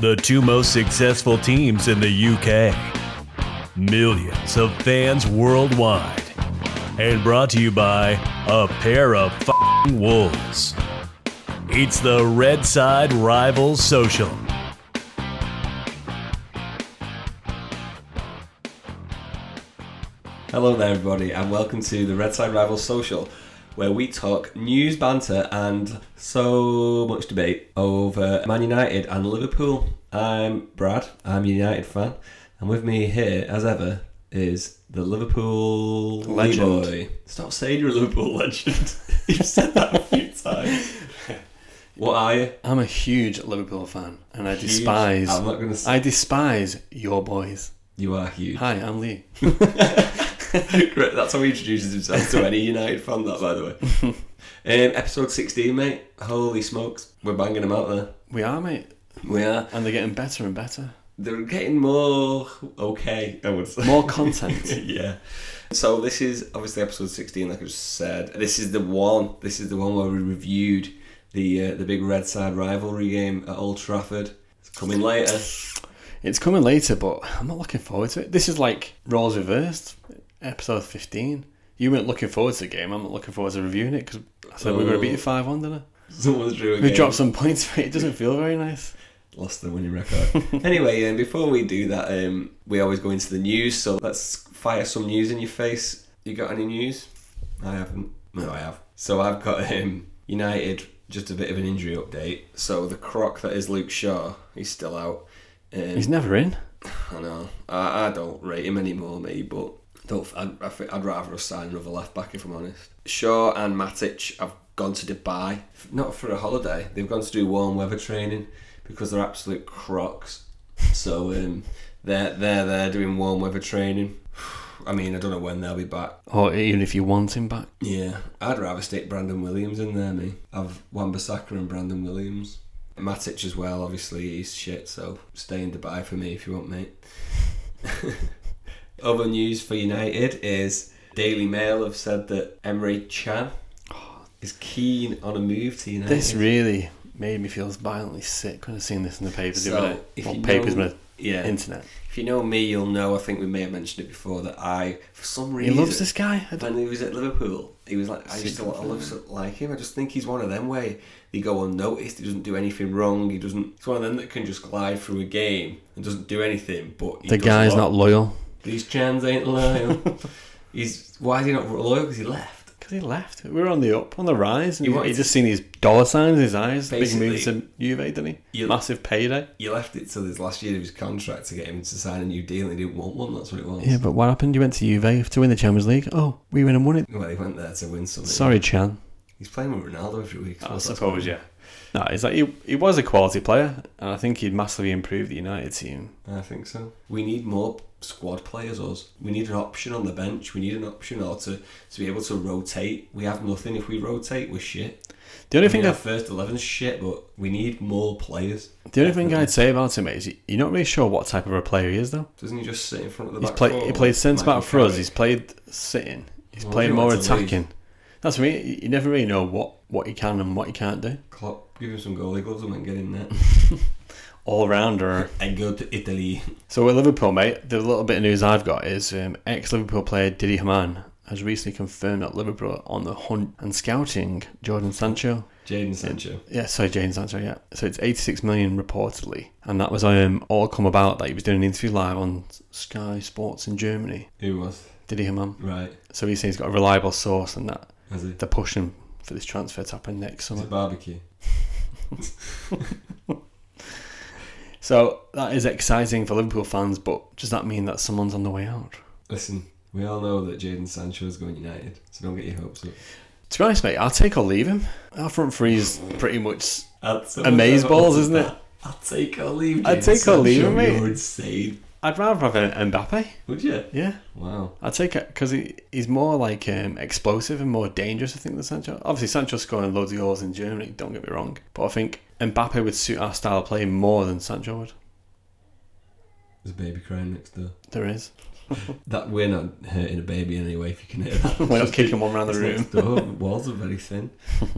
The two most successful teams in the UK. Millions of fans worldwide. And brought to you by a pair of fing wolves. It's the Red Side Rivals Social. Hello there, everybody, and welcome to the Red Side Rivals Social, where we talk news, banter, and so much debate over Man United and Liverpool. I'm Brad, I'm a United fan, and with me here, as ever, is the Liverpool Legend. boy. Stop saying you're a Liverpool legend. You've said that a few times. What are you? I'm a huge Liverpool fan, and I Huge? despise. I'm not going to say. I despise your boys. You are huge. Hi, I'm Lee. Great, That's how he introduces himself to any United fan. That, by the way. Um, episode 16, mate. Holy smokes, we're banging them out there. We are, mate, We are. and they're getting better and better. They're getting more okay. I would say. More content. yeah. So this is obviously episode 16, like I just said. This is the one. This is the one where we reviewed the uh, the big red side rivalry game at Old Trafford. It's coming later. it's coming later, but I'm not looking forward to it. This is like roles reversed, episode 15. You weren't looking forward to the game. I'm not looking forward to reviewing it because I said we were going to beat you Oh. five one, didn't I? Someone's drew a We game. dropped some points, but it doesn't feel very nice. lost the winning record. anyway, um, before we do that, um, we always go into the news. So let's fire some news in your face. You got any news? I haven't. No, I have. So I've got um, United. Just a bit of an injury update. So the croc that is Luke Shaw, he's still out. Um, He's never in. I know. I, I don't rate him anymore, me, but don't. I'd, I think I'd rather us sign another left back if I'm honest. Shaw and Matic have gone to Dubai, not for a holiday. They've gone to do warm weather training because they're absolute crocs. So um, they're they're there doing warm weather training. I mean, I don't know when they'll be back. Or even if you want him back. Yeah, I'd rather stick Brandon Williams in there, me. I've Wan-Bissaka and Brandon Williams. Matic as well, obviously, he's shit, so stay in Dubai for me if you want, mate. Other news for United is Daily Mail have said that Emre Chan is keen on a move to United. This really made me feel violently sick when I seen this in the papers. the So, other day. if well, you papers, know- but yeah. internet. If you know me, you'll know, I think we may have mentioned it before, that I, for some He reason... loves this guy. I don't- when he was at Liverpool, he was like, I used to I love so- like him. I just think he's one of them where they go unnoticed. He doesn't do anything wrong. He doesn't. He's one of them that can just glide through a game and doesn't do anything. But he the does guy's what- not loyal These chans ain't loyal. he's why is he not loyal? Because he left. because he left. We were on the up, on the rise, and He he, wanted he just seen these dollar signs in his eyes. Big Basically- move to Juve, didn't he? You- Massive payday. He left it till his last year of his contract to get him to sign a new deal. and He didn't want one. That's what it was. Yeah, but what happened? You went to Juve to win the Champions League. Oh, we went and won it. Well, he went there to win something. Sorry, Chan. He's playing with Ronaldo every week. Oh, so that's- yeah. No, it's like he, he was a quality player, and I think he'd massively improved the United team. I think so. We need more squad players, us. We need an option on the bench. We need an option or to, to be able to rotate. We have nothing. If we rotate, we're shit. I The only think thing our I first 11's shit, but we need more players. the only thing I'd say about him is you're not really sure what type of a player he is, though. Doesn't he just sit in front of the He's back played. four He like played centre back Michael for us. Carrick? He's played sitting. He's Well, played he went more to leave. attacking. That's me. You you never really know what what he can and what he can't do. Klopp, give him some goalie gloves and then get in there. All rounder. and go to Italy. so with Liverpool, mate, the little bit of news I've got is um, ex-Liverpool player Didi Haman has recently confirmed that Liverpool are on the hunt and scouting Jordan Sancho. Jaden Sancho. Yeah, sorry, Jane Sancho. Yeah, so it's 86 million reportedly, and that was um, all come about that he was doing an interview live on Sky Sports in Germany. Who was? Didi Haman. Right. So he's saying he's got a reliable source and that Has it? they're pushing for this transfer to happen It's next a summer. barbecue. So that is exciting for Liverpool fans, but does that mean that someone's on the way out? Listen, we all know that Jaden Sancho is going United, so don't get your hopes up. To be honest, mate, I'll take or leave him. Our front three is pretty much. That's Amazeballs, isn't it? I'll take or leave. I'd James take or leave Sancho, him, mate. You're insane. I'd rather have an Mbappe. Would you? Yeah, Wow. I'd take it because he, he's more like um, explosive and more dangerous. I think than Sancho. Obviously, Sancho's scoring loads of goals in Germany. Don't get me wrong, but I think Mbappe would suit our style of play more than Sancho would. There's a baby crying next door. There is. That we're not hurting a baby anyway. If you can hear that, We're not Just kicking one round the it's room. next door. Walls are very thin.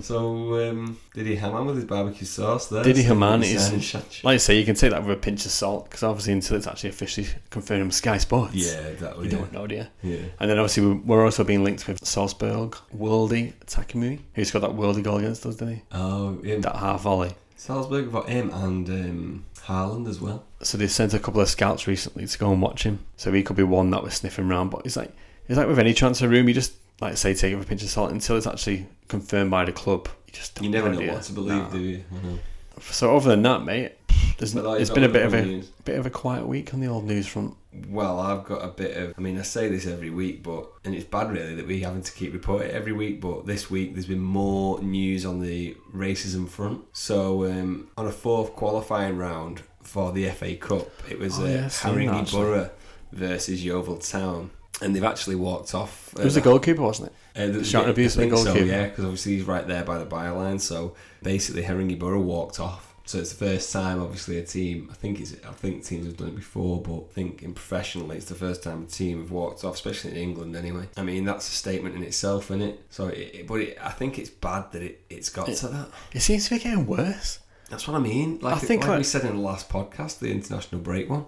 So um, did he ham on with his barbecue sauce there? Diddy So Haman he's is- saying shut- Like I say, you can take that with a pinch of salt because obviously until it's actually officially confirmed on Sky Sports, Yeah, you exactly. don't know, do you? Yeah. yeah. And then obviously we- we're also being linked with Salzburg worldie Takamui, who scored that worldie goal against us, didn't he? Oh, him. That half volley. Salzburg for him and um, Haaland as well. So they sent a couple of scouts recently to go and watch him. So he could be one that was sniffing around. But it's like it's like with any transfer room, you just like I say take it with a pinch of salt until it's actually confirmed by the club. You just don't You never know do what to believe, Nah. do you? I know. So other than that, mate, there's, But, like, it's not been a the bit of a good news. bit of a quiet week on the old news front. Well, I've got a bit of. I mean, I say this every week, but and it's bad really that we having to keep reporting it every week. But this week there's been more news on the racism front. So um, on a fourth qualifying round for the FA Cup, it was Oh, uh, yeah, I've seen that, Haringey actually. Borough versus Yeovil Town, and they've actually walked off. It was a uh, goalkeeper, wasn't it? uh, the, Shot and abuse I at the think so, goalkeeper. yeah, because obviously he's right there by the byline. So basically, Herringy Borough walked off. So it's the first time, obviously, a team. I think it's. I think teams have done it before, but I think in professionally, it's the first time a team have walked off, especially in England. Anyway, I mean that's a statement in itself, isn't it? So, it, it- but it, I think it's bad that it, it's got to that. It seems to be getting worse. That's what I mean. Like, I think, like, like- we said in the last podcast, the international break one.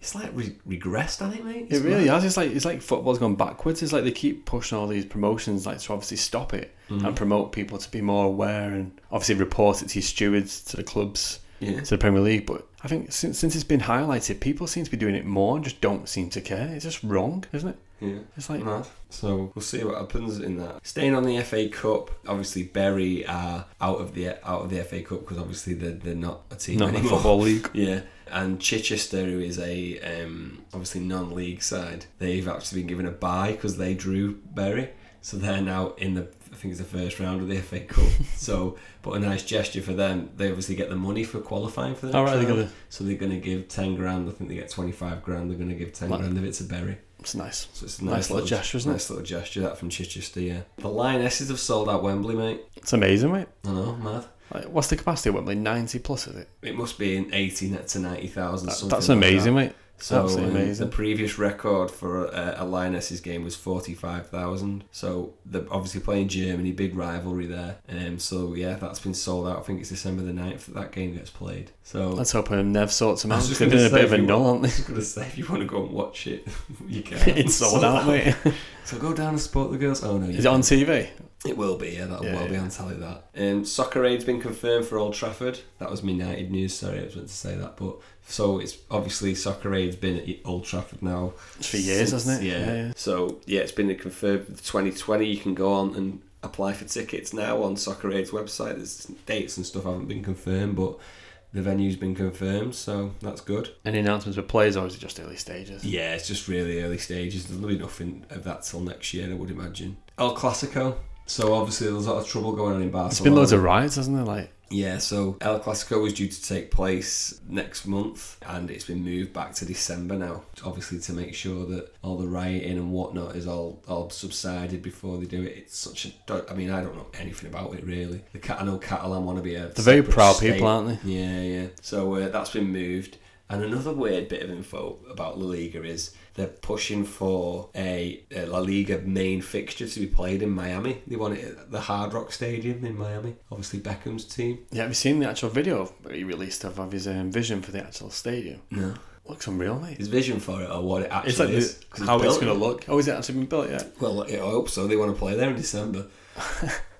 It's like re- regressed, I think, mate. It It's really mad. has. It's like it's like football's gone backwards. It's like they keep pushing all these promotions, like to obviously stop it Mm-hmm. and promote people to be more aware and obviously report it to your stewards, to the clubs, Yeah. to the Premier League. But I think since since it's been highlighted, people seem to be doing it more and just don't seem to care. It's just wrong, isn't it? Yeah. It's like Mad. So we'll see what happens in that. Staying on the FA Cup, obviously Berry are out of the out of the FA Cup because obviously they're, they're not a team not in the anymore. football league. Yeah, and Chichester, who is a um, obviously non-league side, they've actually been given a bye because they drew Berry, so they're now in the I think it's the first round of the FA Cup. so, but a nice gesture for them. They obviously get the money for qualifying for the All next Oh, right, they're round. gonna. so they're going to give ten grand. I think they get twenty-five grand. They're going to give ten Like- grand of it to Berry. It's nice. So it's a Nice nice, little gesture, isn't it? Nice little gesture that from Chichester, yeah. The Lionesses have sold out Wembley, mate. It's amazing, mate. I know, mad. Like, what's the capacity at Wembley? Ninety plus, is it? It must be in eighty net to ninety thousand. That- something that's like amazing, that. mate. So Absolutely um, amazing. the previous record for a, a Lionesses game was forty-five thousand. So they're obviously playing Germany, big rivalry there. Um, so yeah, that's been sold out. I think it's December the 9th that that game gets played. So Let's hope um, Nev sorts them I out. was 'cause just They're gonna doing a say bit of if a you null, aren't I was gonna say if you want to go and watch it, you can. they? it's sold out, mate. So go down and support the girls. Oh no, you Is it on can't. TV? It will be, yeah, that'll Yeah, well be yeah. on telly that. Um, Soccer Aid's been confirmed for Old Trafford. That was my United news, sorry, I was meant to say that. But so it's obviously Soccer Aid's been at Old Trafford now. It's for years, since- hasn't it? Yeah. Yeah, yeah. So yeah, it's been confirmed for 2020. You can go on and apply for tickets now on Soccer Aid's website. There's dates and stuff haven't been confirmed, but the venue's been confirmed, so that's good. Any announcements with players, or is it just early stages? Yeah, it's just really early stages. There'll be nothing of that till next year, I would imagine. El Clasico. So obviously there's a lot of trouble going on in Barcelona. It's been loads of riots, hasn't there? Like, Yeah, so El Clasico was due to take place next month and it's been moved back to December now, obviously to make sure that all the rioting and whatnot is all, all subsided before they do it. It's such a. don't- I mean, I don't know anything about it really. The Cat- I know Catalan want to be a. They're very separate proud state. people, aren't Yeah, yeah. So uh, that's been moved. And another weird bit of info about La Liga is they're pushing for a, a La Liga main fixture to be played in Miami. They want it at the Hard Rock Stadium in Miami. Obviously, Beckham's team. yeah, have you seen the actual video of- that he released of, of his um, vision for the actual stadium? No. Looks unreal, mate. His vision for it or what it actually It's like is. the, 'Cause how it's built- going to look. Oh, is it actually been built yet? Well, I hope so. They want to play there in December.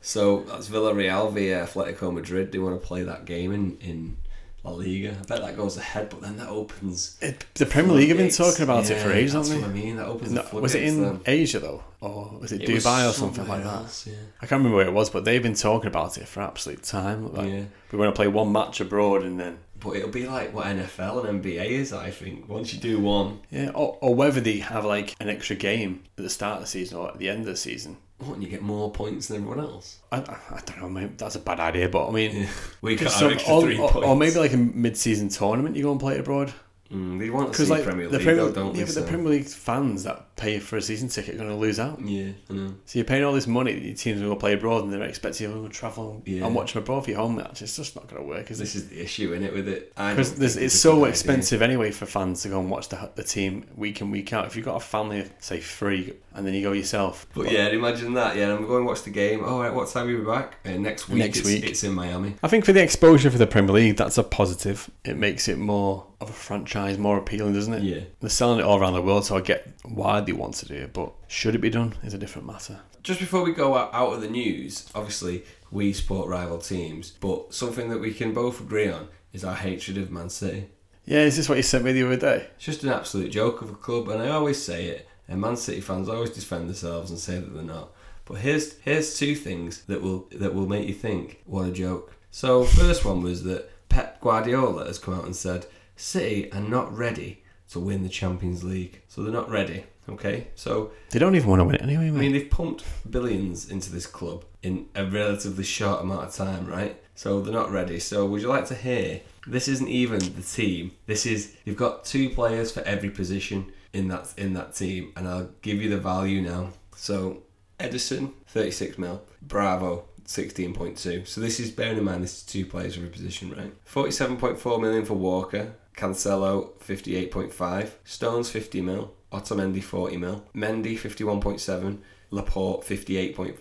so that's Villarreal via Atletico Madrid. They want to play that game in, in La Liga. I bet that goes ahead, but then that opens. It, the Premier League have been floodgates. talking about it for Yeah, ages, that's haven't they? what I mean. That opens No, the was it floodgates in then. Asia though, or was it, It was Dubai or something like somewhere that? else, yeah. I can't remember where it was, but they've been talking about it for absolute time. Like, Yeah. we want to play one match abroad and then But it'll be like what NFL and NBA is, I think. Once you do one, yeah, or, or whether they have like an extra game at the start of the season or at the end of the season. what, and you get more points than everyone else. I, I I don't know, mate, that's a bad idea, but I mean, We got just our some- extra or, three or- points. or maybe like a mid-season tournament you go and play abroad. Mm, they want to Because see like Premier the League, Premier, though, don't yeah, they? but the so- Premier League fans that pay for a season ticket are going to lose out. yeah, I know. So you're paying all this money. Your teams will play abroad, and they're expecting you to travel Yeah. and watch them abroad for your home match. It's just not going to work, is it? This is the issue, in it, with it? I don't Because think this- a it's good so idea. expensive anyway for fans to go and watch the, the team week in week out. If you've got a family of say three, and then you go yourself, But yeah, imagine that. Yeah, I'm going to watch the game. All right, what time are we back? Uh, next week. Next it's, week. It's in Miami. I think for the exposure for the Premier League, that's a positive. It makes it more of a franchise, more appealing, doesn't it? Yeah. They're selling it all around the world, so I get why they want to do it, but should it be done is a different matter. Just before we go out, out of the news, obviously we support rival teams, but something that we can both agree on is our hatred of Man City. Yeah, is this what you sent me the other day? It's just an absolute joke of a club, and I always say it, and Man City fans always defend themselves and say that they're not. But here's here's two things that will that will make you think what a joke. So first one was that Pep Guardiola has come out and said City are not ready to win the Champions League, so they're not ready. Okay, so They don't even want to win it anyway, mate. I mean, they've pumped billions into this club in a relatively short amount of time, right? So they're not ready. So would you like to hear? This isn't even the team. This is you've got two players for every position in that in that team, and I'll give you the value now. So Edison, thirty six mil. Bravo. 16.2. So this is bearing in mind this is two players every position, right? 47.4 million for Walker, Cancelo 58.5, Stones 50 mil, Otamendi 40 mil, Mendy 51.7, Laporte 58.5,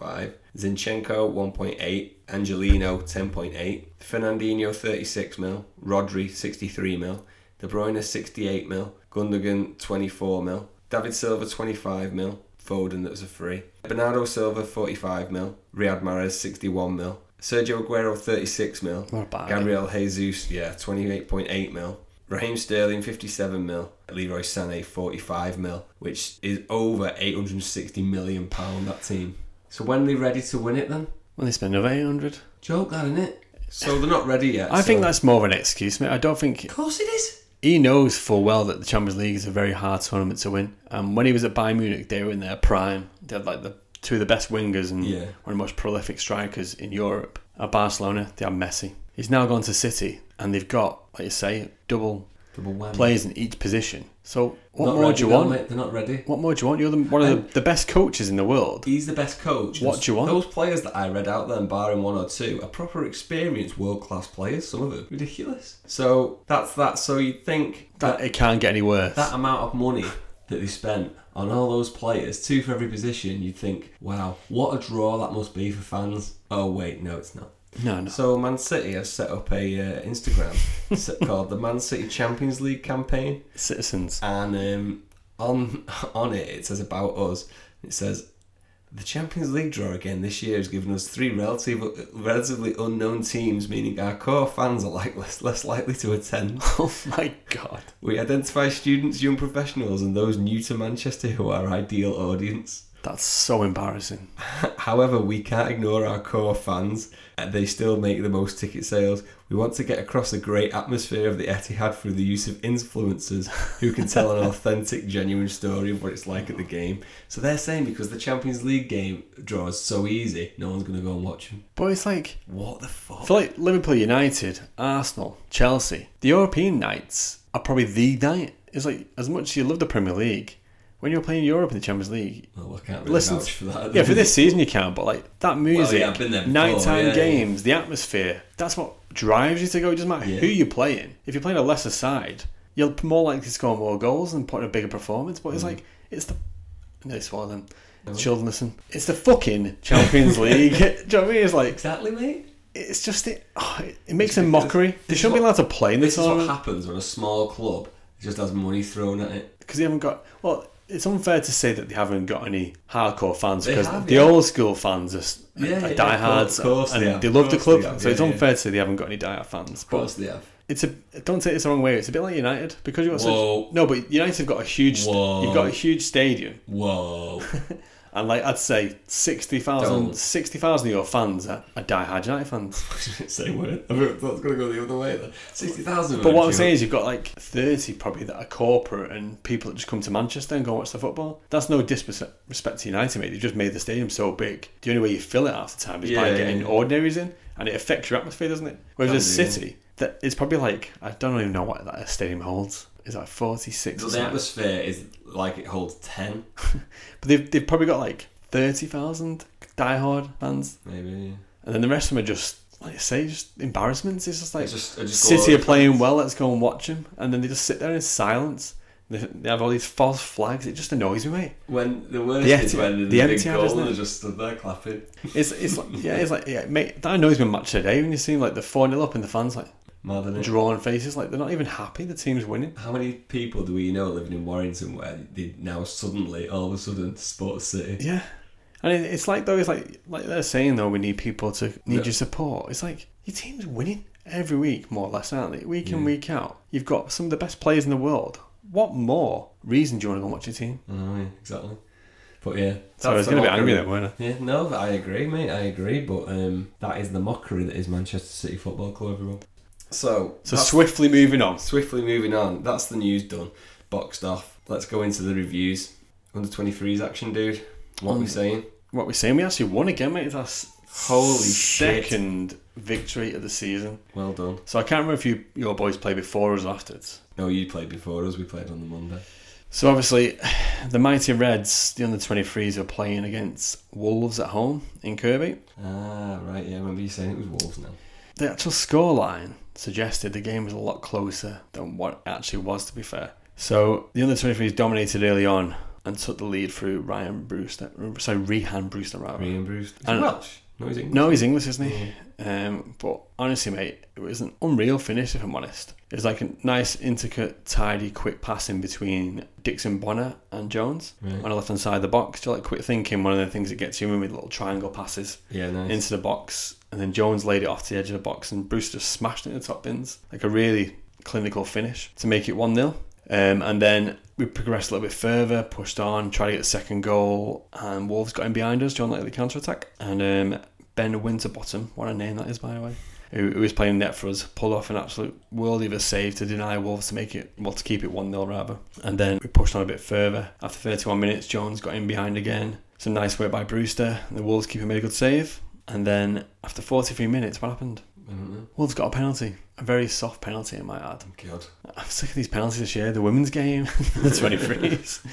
Zinchenko 1.8, Angelino 10.8, Fernandinho 36 mil, Rodri 63 mil, De Bruyne 68 mil, Gundogan 24 mil, David Silva 25 mil, Foden that was a free, Bernardo Silva 45 mil, Riyad Mahrez 61 mil, Sergio Aguero 36 mil, What a bargain. Gabriel Jesus, yeah, 28.8 mil. Raheem Sterling, 57 mil. Leroy Sané, 45 mil, which is over 860 million pound, that team. So when are they ready to win it then? Well, they spend another 800. Joke that, innit? So they're not ready yet. I think so- that's more of an excuse, mate. I don't think Of course it is. he knows full well that the Champions League is a very hard tournament to win. And when he was at Bayern Munich, they were in their prime. They had like the two of the best wingers and Yeah. one of the most prolific strikers in Europe. At Barcelona, they had Messi. He's now gone to City, and they've got, like you say, double Double whammy. players in each position. So what Not more ready do you though, want? mate, They're not ready. What more do you want? You're the, one of the, the best coaches in the world. He's the best coach. What do you want? Those players that I read out there, barring one or two, are proper experienced world class players, some of them. Ridiculous. So that's that. So you'd think That it can't get any worse. that amount of money that they spent on all those players, two for every position, you'd think, wow, what a draw that must be for fans. Oh, wait, no, it's not. no, no. So Man City has set up a uh, Instagram s- called the Man City Champions League campaign, Citizens. and um, on on it it says about us. It says the Champions League draw again this year has given us three relative, relatively unknown teams, meaning our core fans are like less, less likely to attend. Oh my god. We identify students, young professionals, and those new to Manchester who are our ideal audience. That's so embarrassing. However, we can't ignore our core fans. uh, They still make the most ticket sales. We want to get across the great atmosphere of the Etihad through the use of influencers who can tell an authentic, genuine story of what it's like at the game. So they're saying because the Champions League game draw is so easy, no one's going to go and watch them. But it's like What the fuck? For like Liverpool United, Arsenal, Chelsea, the European nights are probably the night. It's like as much as you love the Premier League, when you're playing Europe in the Champions League, Well, I can't really listen. vouch for that. yeah, for this season you can, but like that music, yeah, I've been there before, nighttime yeah. games, the atmosphere, that's what drives you to go. It doesn't matter Yeah. who you're playing. If you're playing a lesser side, you're more likely to score more goals and put in a bigger performance. Mm. But it's like it's the no, it's one of them. Children, listen. It's the fucking Champions League. Do you know what I mean? It's like Exactly, mate. it's just it. Oh, it- it makes a mockery. They shouldn't be allowed to play in this This is what tournament happens when a small club just has money thrown at it. because they haven't got. Well, it's unfair to say that they haven't got any hardcore fans They because have, the yeah. old school fans are, s- Yeah, are yeah, diehards of course and they have, they love of the course club. they have, so it's yeah, yeah. unfair to say they haven't got any diehard fans. Of course But they have. it's a don't take this the wrong way. It's a bit like United because you have got Whoa. such no, but United have got a huge. Whoa. You've got a huge stadium. Whoa. And like I'd say, 60,000 Don't. 60,000 of your fans are, are diehard United fans. Say word. I mean, that's going to go the other way then. 60,000. But what I'm saying is, you've got like 30 probably that are corporate and people that just come to Manchester and go watch the football. That's no disrespect to United, mate. They've just made the stadium so big. The only way you fill it half the time is by Yeah, getting yeah. ordinaries in, and it affects your atmosphere, doesn't it? Whereas a Can do, yeah. city that is probably like I don't even know what that stadium holds. is like 46 or The something. atmosphere is like it holds 10, But they've, they've probably got like 30,000 diehard fans. maybe. And then the rest of them are just, like I say, just embarrassments. It's just like, It's just, it's just City are glorified. playing well, let's go and watch them. And then they just sit there in silence. They, they have all these false flags. It just annoys me, mate. When the worst The is empty- when the, the big empty ad, goal isn't and it? they just stood there clapping. It's, it's like, yeah, it's like, yeah, mate, that annoys me much today when you see like the 4 0 up and the fans like Mad, innit? drawn faces. Like they're not even happy the team's winning. How many people do we know living in Warrington where they now suddenly, all of a sudden, Sports City? Yeah. And it, it's like though it's like like they're saying though we need people to need Yeah. your support. It's like your team's winning every week more or less, aren't they? Week in week out. You've got some of the best players in the world. What more reason do you want to go and watch your team? I know, yeah, exactly. But yeah. So I was that's the going to be mockery. angry then, weren't I? Yeah, no, I agree, mate. I agree, but um, that is the mockery that is Manchester City Football Club, everyone. So, So that's- swiftly moving on. swiftly moving on. That's the news done, boxed off. Let's go into the reviews. Under 23s action, dude. What are we Mm. saying? What we're saying, we actually won again, mate. That's Holy shit. second victory of the season. Well done. So I can't remember if you your boys played before us or afterwards. No, you played before us. We played on the Monday. So obviously, the mighty Reds, the under twenty threes, were playing against Wolves at home in Kirby. Ah, right. Yeah, I remember you saying it was Wolves now. The actual scoreline suggested the game was a lot closer than what it actually was, to be fair. So the under 23s dominated early on and took the lead through Ryan Brewster. Sorry, Rehan Brewster, rather. Ian Bruce. Is he And- Welsh? No, he's English. No, he's English, isn't he? Um, but honestly, mate, it was an unreal finish, if I'm honest. It was like a nice, intricate, tidy, quick passing between Dixon Bonner and Jones Right. on the left hand side of the box. Do you like quick thinking? One of the things that gets you in with little triangle passes Yeah, nice. into the box, and then Jones laid it off to the edge of the box, and Bruce just smashed it in the top bins. Like a really clinical finish to make it 1 0. Um, and then we progressed a little bit further, pushed on, tried to get the second goal, and Wolves got in behind us, John Lightly counter attack. And um, Ben Winterbottom, what a name that is, by the way, who, who was playing net for us, pulled off an absolute world of a save to deny Wolves to make it, well, to keep it 1 0 rather. And then we pushed on a bit further. After 31 minutes, Jones got in behind again. Some nice work by Brewster, and the Wolves keeper made a good save. And then after 43 minutes, what happened? I don't know. Oh, Wolves got a penalty. A very soft penalty, I might add. God. I'm sick of these penalties this year. The women's game, the 23s.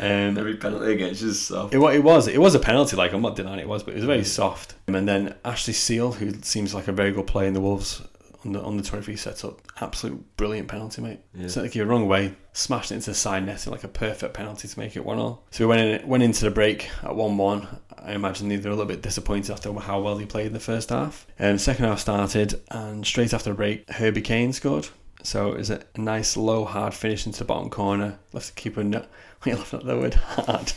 Um, Every penalty against you is soft. it, wa- it was it was a penalty. Like I'm not denying it was, but it was very soft. And then Ashley Seal, who seems like a very good player in the Wolves on the on the 23 setup, absolute brilliant penalty, mate. Yeah. Sent the keeper wrong way, smashed it into the side net in like a perfect penalty to make it one all. So we went in, went into the break at one one. I imagine they were a little bit disappointed after how well they played in the first half. And the second half started, and straight after the break, Herbie Kane scored. So it was a nice low hard finish into the bottom corner. Left the keeper no, he left out the word hard.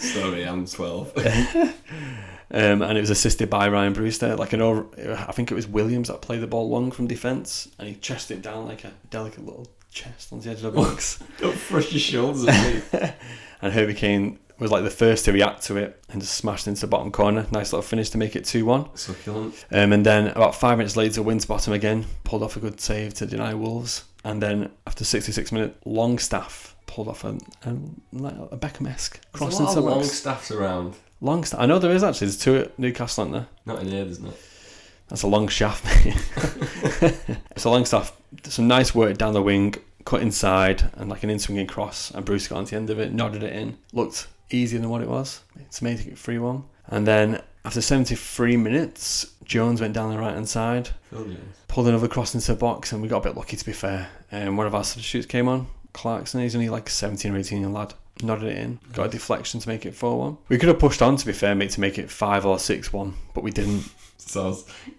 Sorry, I'm 12. Um, and it was assisted by Ryan Brewster. Like an over, I think it was Williams that played the ball long from defence, and he chested it down like a delicate little chest on the edge of the box. Don't brush your shoulders at me. and Herbie Kane was like the first to react to it and just smashed into the bottom corner. Nice little finish to make it two one. Succulent. Um, and then about five minutes later, Winterbottom again pulled off a good save to deny Wolves. And then after 66 minutes, Longstaff pulled off a, a, a Beckham-esque cross There's a lot into of the long box. staffs around. Longstaff. I know there is actually. There's two at Newcastle, aren't there? Not in here, there's not. That's a long shaft, mate. so Longstaff, some nice work down the wing, cut inside, and like an in swinging cross, and Bruce got on the end of it, nodded it in. Looked easier than what it was. It's making it 3 1. And then after 73 minutes, Jones went down the right hand side, Phil Jones. pulled another cross into the box, and we got a bit lucky to be fair. Um, one of our substitutes came on, Clarkson. He's only like 17 or 18 year lad. Nodded it in, got a deflection to make it 4 1. We could have pushed on, to be fair, mate, to make it 5 or 6 1, but we didn't. So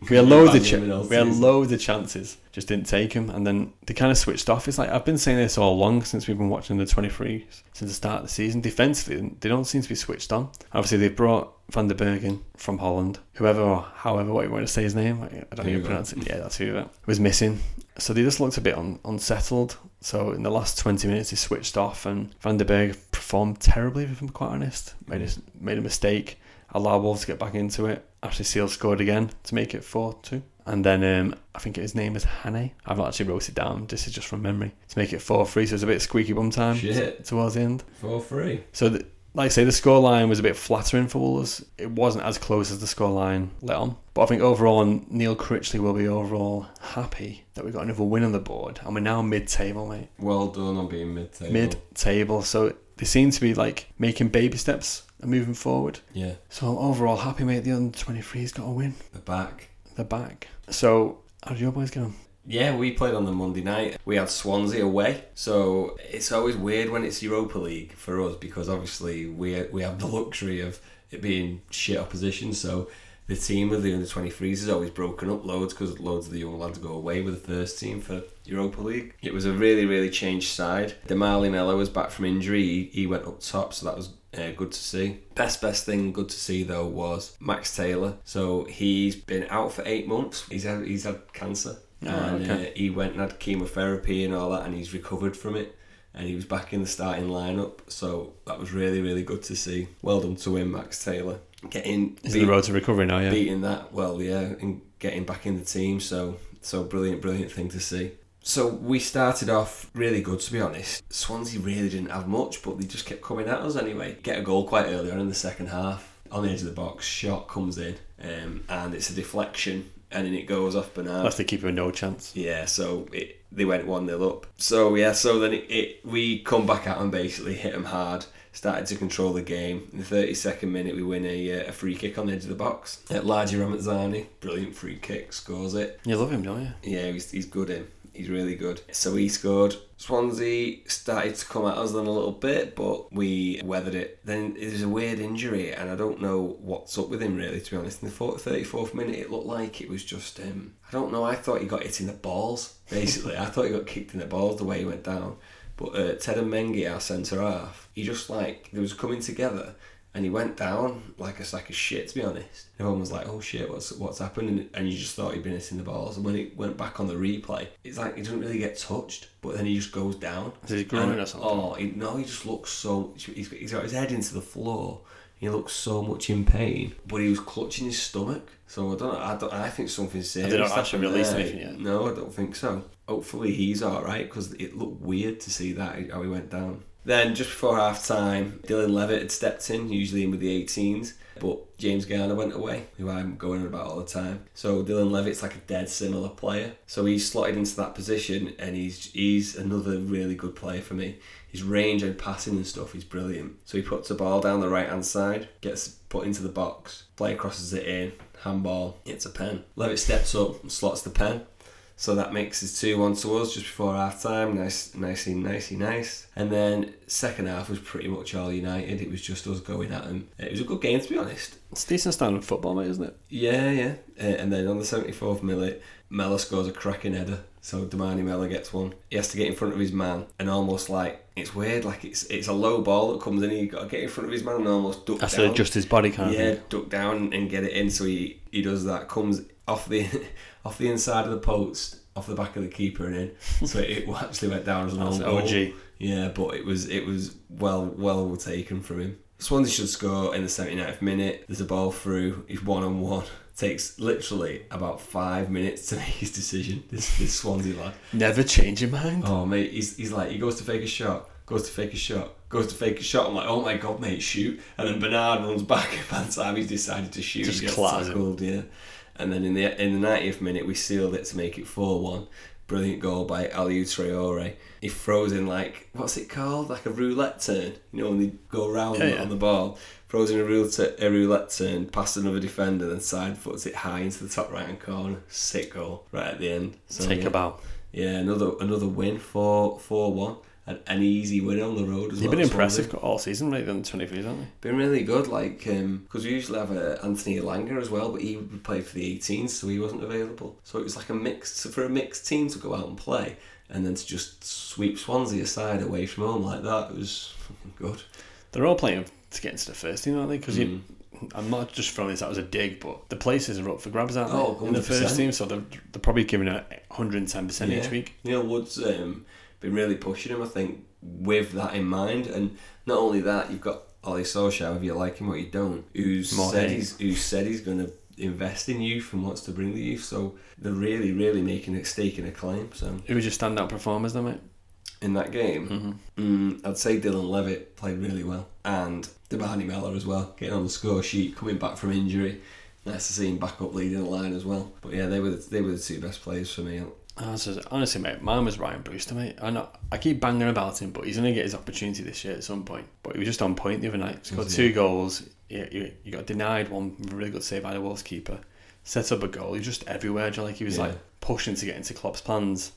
We had loads of Banging cha- him in all we had season. loads of chances, just didn't take them, and then they kind of switched off. It's like I've been saying this all along since we've been watching the 23 since the start of the season. Defensively, they don't seem to be switched on. Obviously, they brought Van der Bergen from Holland, whoever or however what you want to say his name. I I don't even Hoover. pronounce it. Yeah, that's who it was missing. So they just looked a bit un- unsettled. So in the last 20 minutes, he switched off, and Van der Berg performed terribly. If I'm quite honest, made a, made a mistake allow Wolves to get back into it. Ashley Seal scored again to make it 4 2. And then um, I think his name is Hane. I've not actually wrote it down. This is just from memory. To make it 4 3, so it's a bit of squeaky bum time Shit. towards the end. For free. So th- Like I say, the scoreline was a bit flattering for Wolves. It wasn't as close as the scoreline let on. But I think overall, Neil Critchley will be overall happy that we got another win on the board. And we're now mid table, mate. Well done on being mid table. Mid table. So they seem to be like making baby steps and moving forward. Yeah. So I'm overall happy, mate. The under 23's got a win. The back. They're back. So, how's your boys going? Yeah, we played on the Monday night. We had Swansea away, so it's always weird when it's Europa League for us because obviously we we have the luxury of it being shit opposition. So the team of the under 23s is always broken up loads because loads of the young lads go away with the first team for Europa League. It was a really really changed side. The Nello was back from injury. He, he went up top, so that was uh, good to see. Best best thing good to see though was Max Taylor. So he's been out for eight months. He's had he's had cancer and uh, he went and had chemotherapy and all that, and he's recovered from it, and he was back in the starting lineup. So that was really, really good to see. Well done to him, Max Taylor, getting Is beat- the road to recovery now, yeah? beating that. Well, yeah, and getting back in the team. So so brilliant, brilliant thing to see. So we started off really good, to be honest. Swansea really didn't have much, but they just kept coming at us anyway. Get a goal quite early on in the second half. On the edge of the box, shot comes in, um, and it's a deflection, and then it goes off Bernard. Unless they keep him no chance. Yeah, so it, they went 1 0 up. So, yeah, so then it, it we come back out and basically hit them hard, started to control the game. In the 32nd minute, we win a, uh, a free kick on the edge of the box. At Largy Ramazzani, brilliant free kick, scores it. You love him, don't you? Yeah, he's, he's good in. He's really good. So he scored. Swansea started to come at us then a little bit, but we weathered it. Then it was a weird injury, and I don't know what's up with him really. To be honest, in the four- 34th minute, it looked like it was just um, I don't know. I thought he got hit in the balls. Basically, I thought he got kicked in the balls the way he went down. But uh, Ted and Mengi, our centre half, he just like they was coming together, and he went down like a sack of shit. To be honest, everyone was like, "Oh shit, what's what's happened?" And, and you just thought he'd been hitting the balls. And when it went back on the replay, it's like he doesn't really get touched, but then he just goes down. Is he groaning And- or something? Oh he, no, he just looks so. He's, he's got his head into the floor. He looks so much in pain, but he was clutching his stomach. So I don't know. I, don't, I think something's serious. not happened actually released there. anything yet? No, I don't think so. Hopefully he's all right because it looked weird to see that how he went down. Then just before half time, Dylan Levitt had stepped in, usually in with the 18s, but James Garner went away, who I'm going on about all the time. So Dylan Levitt's like a dead similar player. So he's slotted into that position, and he's he's another really good player for me. His range and passing and stuff is brilliant. So he puts the ball down the right hand side, gets put into the box, player crosses it in, handball, it's a pen. Levitt steps up and slots the pen. So that makes it 2 1 to us just before half time. Nice, nicey, nicey, nice. And then second half was pretty much all United. It was just us going at them. It was a good game, to be honest. It's decent standard football, mate, isn't it? Yeah, yeah. Uh, and then on the 74th minute, Mella scores a cracking header. So Damani Mella gets one. He has to get in front of his man and almost like it's weird. Like it's it's a low ball that comes in. And you got to get in front of his man and almost duck That's down. just his body kind Yeah, of thing. duck down and get it in. So he, he does that, comes off the off the inside of the post, off the back of the keeper and in. So it actually went down as an own That's goal. OG. Yeah, but it was it was well well taken from him. Swansea should score in the 79th minute. There's a ball through. He's one on one. Takes literally about five minutes to make his decision. This this Swansea lad. Never change your mind. Oh mate, he's, he's like he goes to fake a shot, goes to fake a shot, goes to fake a shot. I'm like, oh my god, mate, shoot! And then Bernard runs back, and by the time he's decided to shoot, Just he gets clatters him. tackled, yeah. And then in the in the 90th minute, we sealed it to make it four one. Brilliant goal by Aliou Traore. He throws in like what's it called, like a roulette turn. You know when they go round Yeah, yeah. on the ball. Throws in a roulette, a roulette turn, past another defender, then side foots it high into the top right hand corner. Sick goal right at the end. So, Take yeah. a bow. Yeah, another another win for four one, an, an easy win on the road as They've well. been Swansea. impressive all season, mate, than 23s, haven't Been really good, like because we usually have uh, Anthony Langer as well, but he would play for the 18s, so he wasn't available. So it was like a mixed so for a mixed team to go out and play, and then to just sweep Swansea aside away from home like that it was fucking good. they? They're all playing to get into the first team, aren't they? Because you. I'm not just throwing this out as a dig, but the places are up for grabs, aren't they? Oh, in the first 100%. team, so they're, they're probably giving it 110% each Yeah. week. Neil Wood's um, been really pushing him, I think, with that in mind. And not only that, you've got Ollie Solskjaer, if you like him or you don't, who's More said hate. he's who said he's going to invest in youth and wants to bring the youth. So they're really, really making a stake in a claim. So Who was your standout performers, then, mate? in that game, Mm-hmm. mm, I'd say Dylan Levitt played really well. And Debarney Mellor as well, getting on the score sheet, coming back from injury. Nice to see him back up leading the line as well. But yeah, they were the, they were the two best players for me. Oh, so- honestly, mate, mine was Ryan Brewster, mate. I know I keep banging about him, but he's gonna get his opportunity this year at some point. But he was just on point the other night. Scored two goals. Yeah, you, you got denied one really good save by the Wolves keeper. Set up a goal. He was just everywhere. do you know, Like he was Yeah. like pushing to get into Klopp's plans.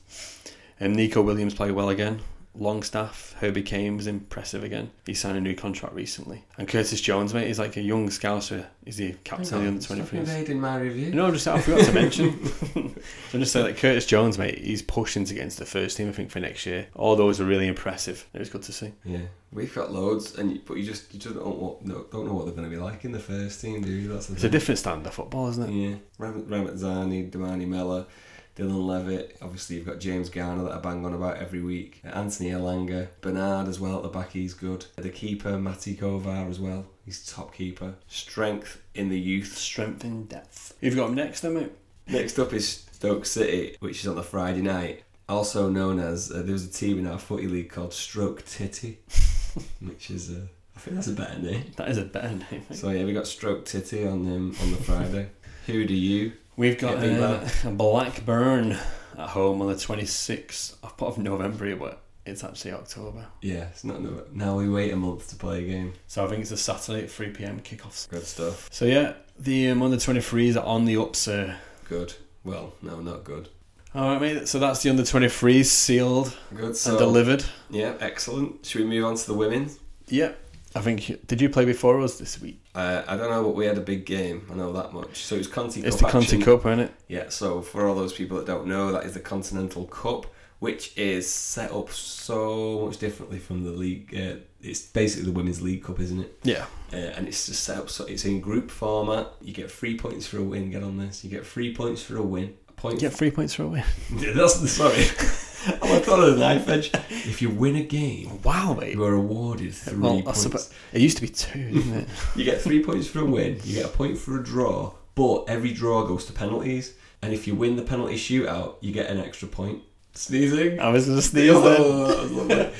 And Nico Williams played well again. Longstaff, Herbie Kane was impressive again. He signed a new contract recently. And Curtis Jones, mate, he's like a young scouser. He's the captain of the under twenty threes. in my review. No, just I forgot to mention. I'm just saying that Curtis Jones, mate, he's pushing to get into the first team. I think for next year, all those are really impressive. It was good to see. Yeah, we've got loads, and you, but you just you just don't know what no, don't know what they're going to be like in the first team, do you? That's the It's a thing. different standard of football, isn't it? Yeah, Ram- Ramat Zani, Damani Mella, Dylan Levitt. Obviously, you've got James Garner that I bang on about every week. Anthony Elanga, Bernard as well at the back. He's good. The keeper Mati Kovar as well. He's top keeper. Strength in the youth. Mm. Strength in depth. You've got him next, then, mate. Next up is Stoke City, which is on the Friday night. Also known as uh, there was a team in our footy league called Stroke Titty, which is uh, I think that's a better name. That is a better name. Mate. So yeah, we got Stroke Titty on um, on the Friday. Who do you? We've got Yeah, uh, Blackburn at home on the 26th of of November, but it's actually October. Yeah, it's not Nov- now we wait a month to play a game. So I think it's a Saturday at 3 p.m. kickoffs. Good stuff. So yeah, the um, under 23s are on the up, sir. Good. Well, no, not good. All right, mate. So that's the under 23s sealed Good. and So delivered. yeah, excellent. Should we move on to the women? Yeah, I think. Did you play before us this week? Uh, I don't know, but we had a big game. I know that much. So it's Conti It's the Cup Conti action. Cup, isn't it? Yeah. So for all those people that don't know, that is the Continental Cup, which is set up so much differently from the league. Uh, it's basically the Women's League Cup, isn't it? Yeah. uh, and it's just set up so it's in group format. You get three points for a win. Get on this. You get three points for a win. A point. Get three points for a win. That's sorry. I'm a thought of the knife edge. If you win a game, Wow, mate. you are awarded three Well, I points. suppo- it used to be two, didn't it? You get three points for a win. You get a point for a draw, but every draw goes to penalties. And if you win the penalty shootout, you get an extra point. Sneezing. I was going to sneeze then. Oh, that was lovely.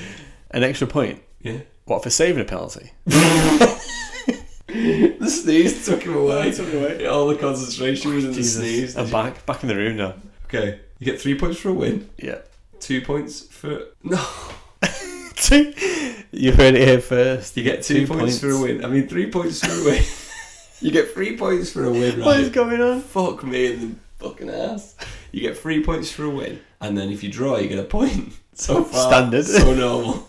An extra point. yeah. What for saving a penalty? The sneeze took him away. took it away. All the concentration was in the sneeze. I'm back, back in the room now. Okay. You get three points for a win. Yeah. two points for no. Two. You heard it here first. You get two, Two points, points. for a win. I mean, three points for a win. you get three points for a win, What is right? going on? Fuck me in the fucking ass. You get three points for a win, and then if you draw, you get a point. So far, Standard. so normal.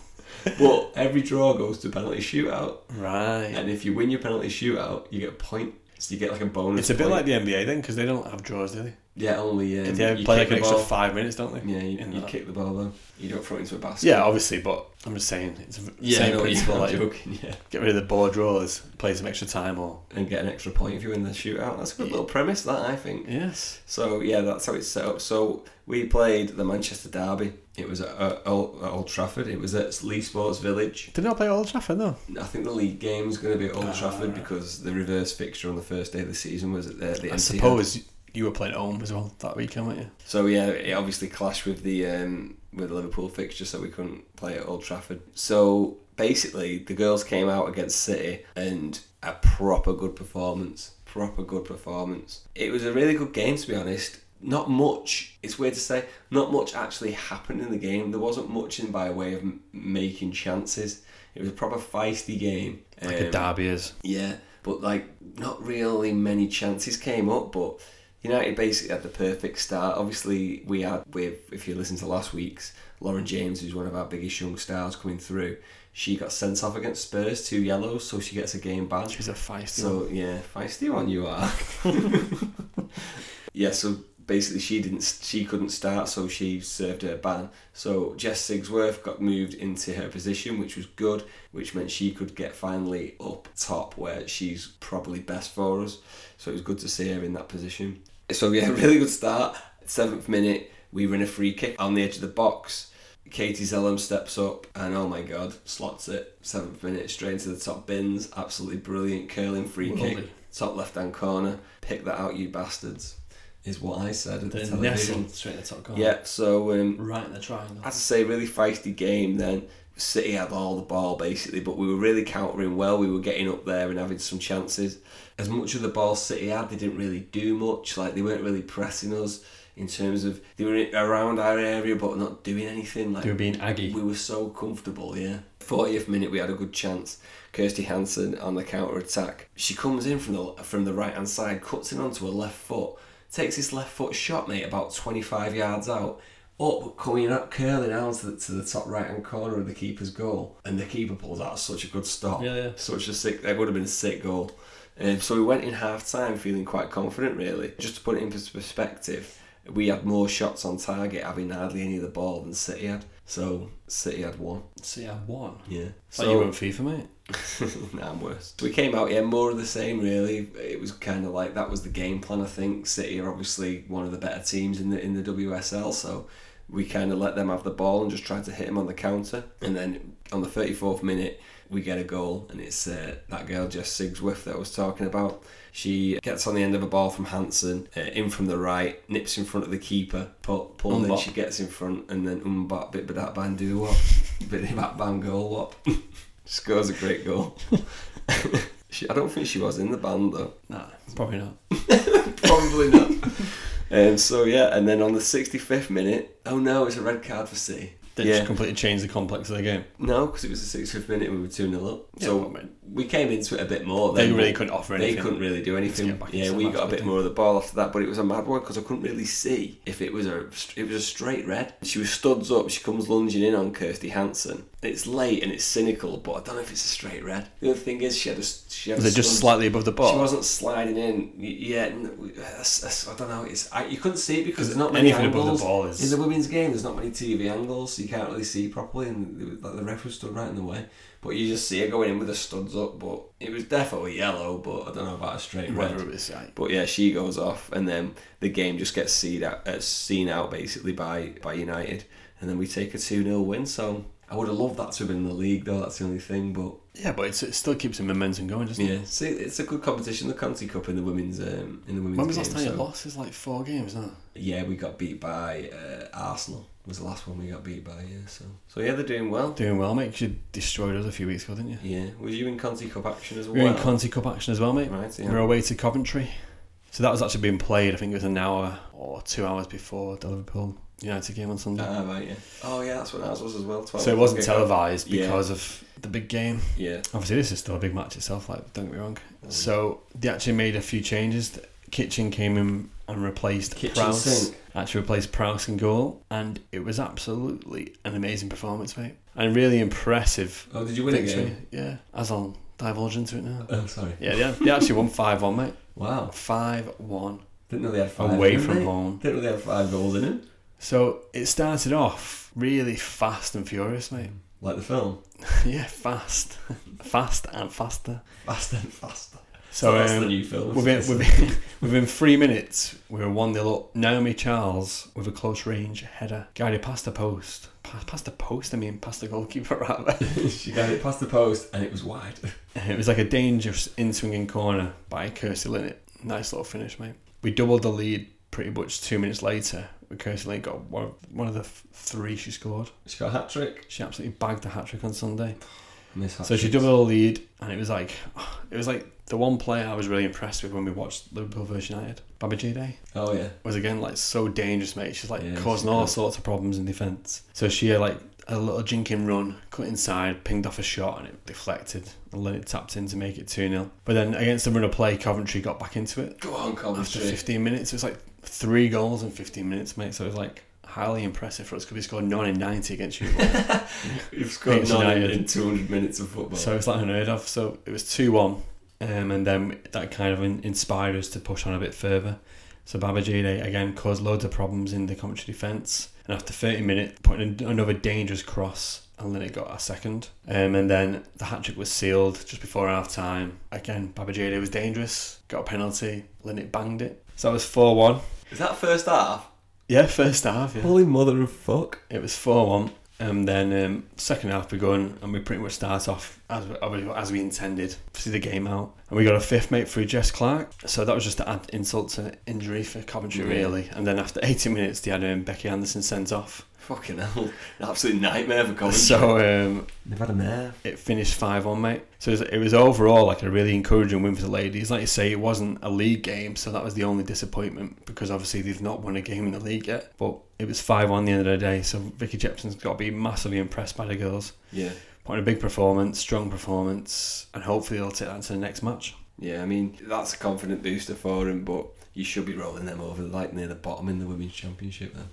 But every draw goes to penalty shootout, Right. and if you win your penalty shootout, you get a point. So you get like a bonus. It's a bit point. like the NBA then, because they don't have draws, do they? yeah, only um, They you play play like kick an the extra ball. five minutes, don't they? yeah, you, in you that. kick the ball though. You don't throw it into a basket. Yeah, obviously, but I'm just saying it's the yeah, I same know what you're principle. Like, joking. Yeah. get rid of the board drawers, play some extra time, or and get an extra point if you win the shootout. That's a good little premise, that I think. yes, So yeah, that's how it's set up. So we played the Manchester Derby. It was at, uh, Old, at Old Trafford. It was at Lee Sports Village. did not play Old Trafford though. I think the league game is going to be at Old Ah. Trafford because the reverse fixture on the first day of the season was at the, the I Etihad. suppose you were playing at home as well that weekend, weren't you? So yeah, it obviously clashed with the um, with the Liverpool fixture, so we couldn't play at Old Trafford. So basically, the girls came out against City and a proper good performance. Proper good performance. It was a really good game, to be honest. Not much. It's weird to say. Not much actually happened in the game. There wasn't much in by way of m- making chances. It was a proper feisty game. Like a Um, derby is. yeah, but like not really many chances came up, but United basically had the perfect start. Obviously, we had with if you listen to last week's Lauren James, who's one of our biggest young stars coming through. She got sent off against Spurs, two yellows, so she gets a game ban. She's a feisty. So one. yeah, feisty one you are. yeah, so basically she didn't, she couldn't start, so she served her ban. So Jess Sigsworth got moved into her position, which was good, which meant she could get finally up top where she's probably best for us. So it was good to see her in that position. So yeah, really good start. Seventh minute, we were in a free kick on the edge of the box. Katie Zellum steps up and oh my god, slots it. Seventh minute, straight into the top bins. Absolutely brilliant curling free Worldly. kick, top left hand corner. Pick that out, you bastards. is what I said at the They're television. nestled straight at the top corner. Yeah, so um, Right in the triangle. as I say, really feisty game then. City had all the ball basically, but we were really countering well. We were getting up there and having some chances. As much of the ball City had, they didn't really do much. Like they weren't really pressing us in terms of they were around our area but not doing anything. Like They were being aggy. we were so comfortable, yeah. 40th minute, we had a good chance. Kirsty Hansen on the counter attack. She comes in from the from the right hand side, cuts it onto her left foot, takes this left foot shot, mate, about 25 yards out, up, coming up, curling down to the, to the top right hand corner of the keeper's goal. And the keeper pulls out such a good stop. Yeah, yeah. Such a sick, that would have been a sick goal. Um, so we went in half time feeling quite confident, really. Just to put it into perspective, we had more shots on target, having hardly any of the ball than City had. So City had one. See, I won. Yeah. So you weren't FIFA, mate. nah, I'm worse. We came out, yeah, more of the same, really. It was kind of like that was the game plan, I think. City are obviously one of the better teams in the in the WSL, so we kind of let them have the ball and just tried to hit them on the counter. And then on the 34th minute, we get a goal, and it's uh, that girl, Jess Sigsworth, that I was talking about. She gets on the end of a ball from Hanson, uh, in from the right, nips in front of the keeper, pull, pull and then Umbop. she gets in front, and then umbop, bit but that band do wop, bit of that band goal wop. Scores a great goal. she, I don't think she was in the band though. Nah, probably not. Probably not. um, so yeah, and then on the 65th minute, oh no, it's a red card for City. They yeah, just completely changed the complex of the game. no, because it was the 65th minute, we were 2 0 up. Yeah, so well, mate. we came into it a bit more. They then, really but couldn't offer They anything. couldn't really do anything. get back Yeah, into we the got a match, bit couldn't more of the ball after that, but it was a mad one because I couldn't really see if it was a it was a straight red. She was studs up. She comes lunging in on Kirsty Hansen. It's late and it's cynical, but I don't know if it's a straight red. The other thing is she had a she had Was a it just studs- slightly above the she ball? wasn't sliding in y- yet. n- w- that's- that's- I don't know. It's I, you couldn't see it because there's not many anything above angles the ball is- in the women's game. There's not many TV angles, so you can't really see properly. And the, like, the ref was stood right in the way, but you just see her going in with the studs up. But it was definitely yellow. But I don't know about a straight red. Whether it was like, But yeah, she goes off, and then the game just gets seen out, uh, seen out basically by, by United, and then we take a two 0 win. So I would have loved that to have been in the league, though. That's the only thing. But yeah, but it's, it still keeps the momentum going, doesn't it? yeah, see, it's a good competition. The County Cup in the women's um, in the women's. When was the last game, time you so- lost? It's like four games, now. Yeah, we got beat by uh, Arsenal. Was the last one we got beat by. Yeah, so so yeah, they're doing well. Doing well, mate. 'cause You destroyed us a few weeks ago, didn't you? Yeah, was you in County Cup action as well? We were in Conti Cup action as well, mate. right, We were yeah. away to Coventry. So that was actually being played, I think it was an hour or two hours before the Liverpool United game on Sunday. Ah, right, yeah. Oh yeah, that's what ours was as well. 12 so it wasn't Okay. televised Yeah. because of the big game. Yeah, Obviously, this is still a big match itself, like, don't get me wrong. So they actually made a few changes. Kitchen came in and replaced Kitchen Prowse. sink. Actually replaced Prowse in goal. And it was absolutely an amazing performance, mate. And really impressive Oh, did you win victory. again? Yeah. As I'll divulge into it now. Oh, sorry. Yeah, yeah. They actually won 5 1, mate. Wow. 5 1 Didn't know they had five. away didn't from they? home. Didn't know they had five goals in it. So it started off really fast and furious, mate. Like the film. yeah, fast. fast and faster. Faster and faster. So that's the um, new film. within, within, within three minutes, we were 1 0 up. Naomi Charles with a close range header, guided past the post. Pa- past the post, I mean, past the goalkeeper, rather. she got it past the post and it was wide. it was like a dangerous in swinging corner by Kirsty Linnett. Nice little finish, mate. We doubled the lead pretty much two minutes later. Kirsty Linnett got one of, one of the f- three she scored. She got a hat trick. She absolutely bagged a hat trick on Sunday. Miss hat So she trick. doubled the lead, and it was like, it was like the one player I was really impressed with when we watched Liverpool versus United, Babajide, Oh yeah. was again like so dangerous, mate. She's like Yeah, causing she all could. sorts of problems in defence. So she had like a little jinking run, cut inside, pinged off a shot, and it deflected. And then it tapped in to make it 2 0. But then against the run of play, Coventry got back into it Go on, after Coventry. 15 minutes. It was like three goals in 15 minutes, mate. So it was like highly impressive for us because we scored 9 in 90 against you. You've scored Against nine United. in 200 minutes of football. So it's like unheard of. So it was 2 1. Um, and then that kind of in- inspired us to push on a bit further. So Babajide again caused loads of problems in the Coventry defence. And after 30 minutes, put in another dangerous cross. And then it got a second. Um, and then the hat trick was sealed just before half time. Again, Babajide was dangerous, got a penalty, Linnet banged it. So that was 4 1. Is that first half? Yeah, first half, yeah. Holy mother of fuck. It was 4 1. And then um, second half we go in and we pretty much start off as we, as we intended. See the game out, and we got a fifth mate through Jess Clark. So that was just to add insult to injury for Coventry Yeah. really. And then after 80 minutes, they had um, Becky Anderson sent off. Fucking hell. An absolute nightmare for Coventry. So um, They've had a mare. it finished 5 1, mate. So it was, it was overall like a really encouraging win for the ladies. Like you say, it wasn't a league game, so that was the only disappointment because obviously they've not won a game in the league yet. But it was 5 1 the end of the day, so Vicky Jepson's got to be massively impressed by the girls. Yeah. Putting a big performance, strong performance, and hopefully they'll take that to the next match. Yeah, I mean, that's a confident booster for him, but you should be rolling them over like near the bottom in the Women's Championship then.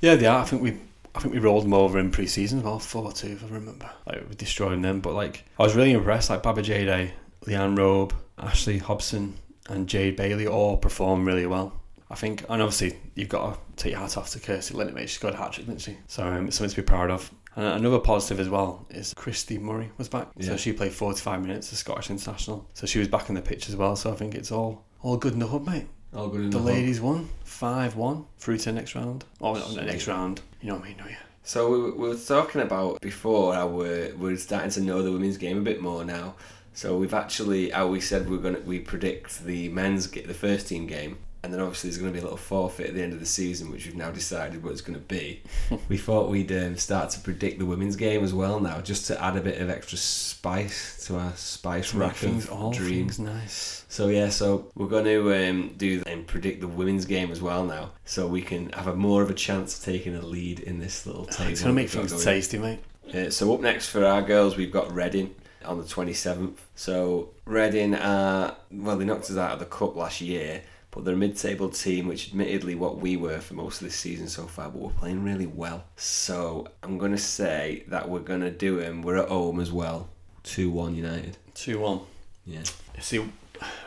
Yeah, they are. I think we. I think we rolled them over in pre-season as well, four two if I remember. Like we destroyed them, but like I was really impressed. Like Baba Jade, Leanne Robe, Ashley Hobson, and Jade Bailey all performed really well. I think, and obviously you've got to take your hat off to Kirsty Linton, mate. She's got a hat trick, didn't she? So um, it's something to be proud of. And another positive as well is Christy Murray was back, Yeah. so she played forty-five minutes, the Scottish international. So she was back in the pitch as well. So I think it's all all good in the hub, mate. All good in The hub. ladies won 5 1 through to the next round. Oh, not the Sweet. next round. You know what I mean, don't you? So we, we were talking about before how we're, we're starting to know the women's game a bit more now. So we've actually how we said we are gonna we predict the men's ga- the first team game, and then obviously there's gonna be a little forfeit at the end of the season, which we've now decided what it's gonna be. we thought we'd um, start to predict the women's game as well now, just to add a bit of extra spice to our spice Make rack things, all of dreams. things nice. So yeah, so we're going to um, do and predict the women's game as well now, so we can have a more of a chance of taking a lead in this little table. It's going to make we've got things going. tasty, mate. Uh, so up next for our girls, we've got Reading on the 27th. So Reading are well, they knocked us out of the cup last year, but they're a mid-table team, which admittedly what we were for most of this season so far, but we're playing really well. So I'm going to say that we're going to do them. We're at home as well, two-one United. 2 1. Yeah, See,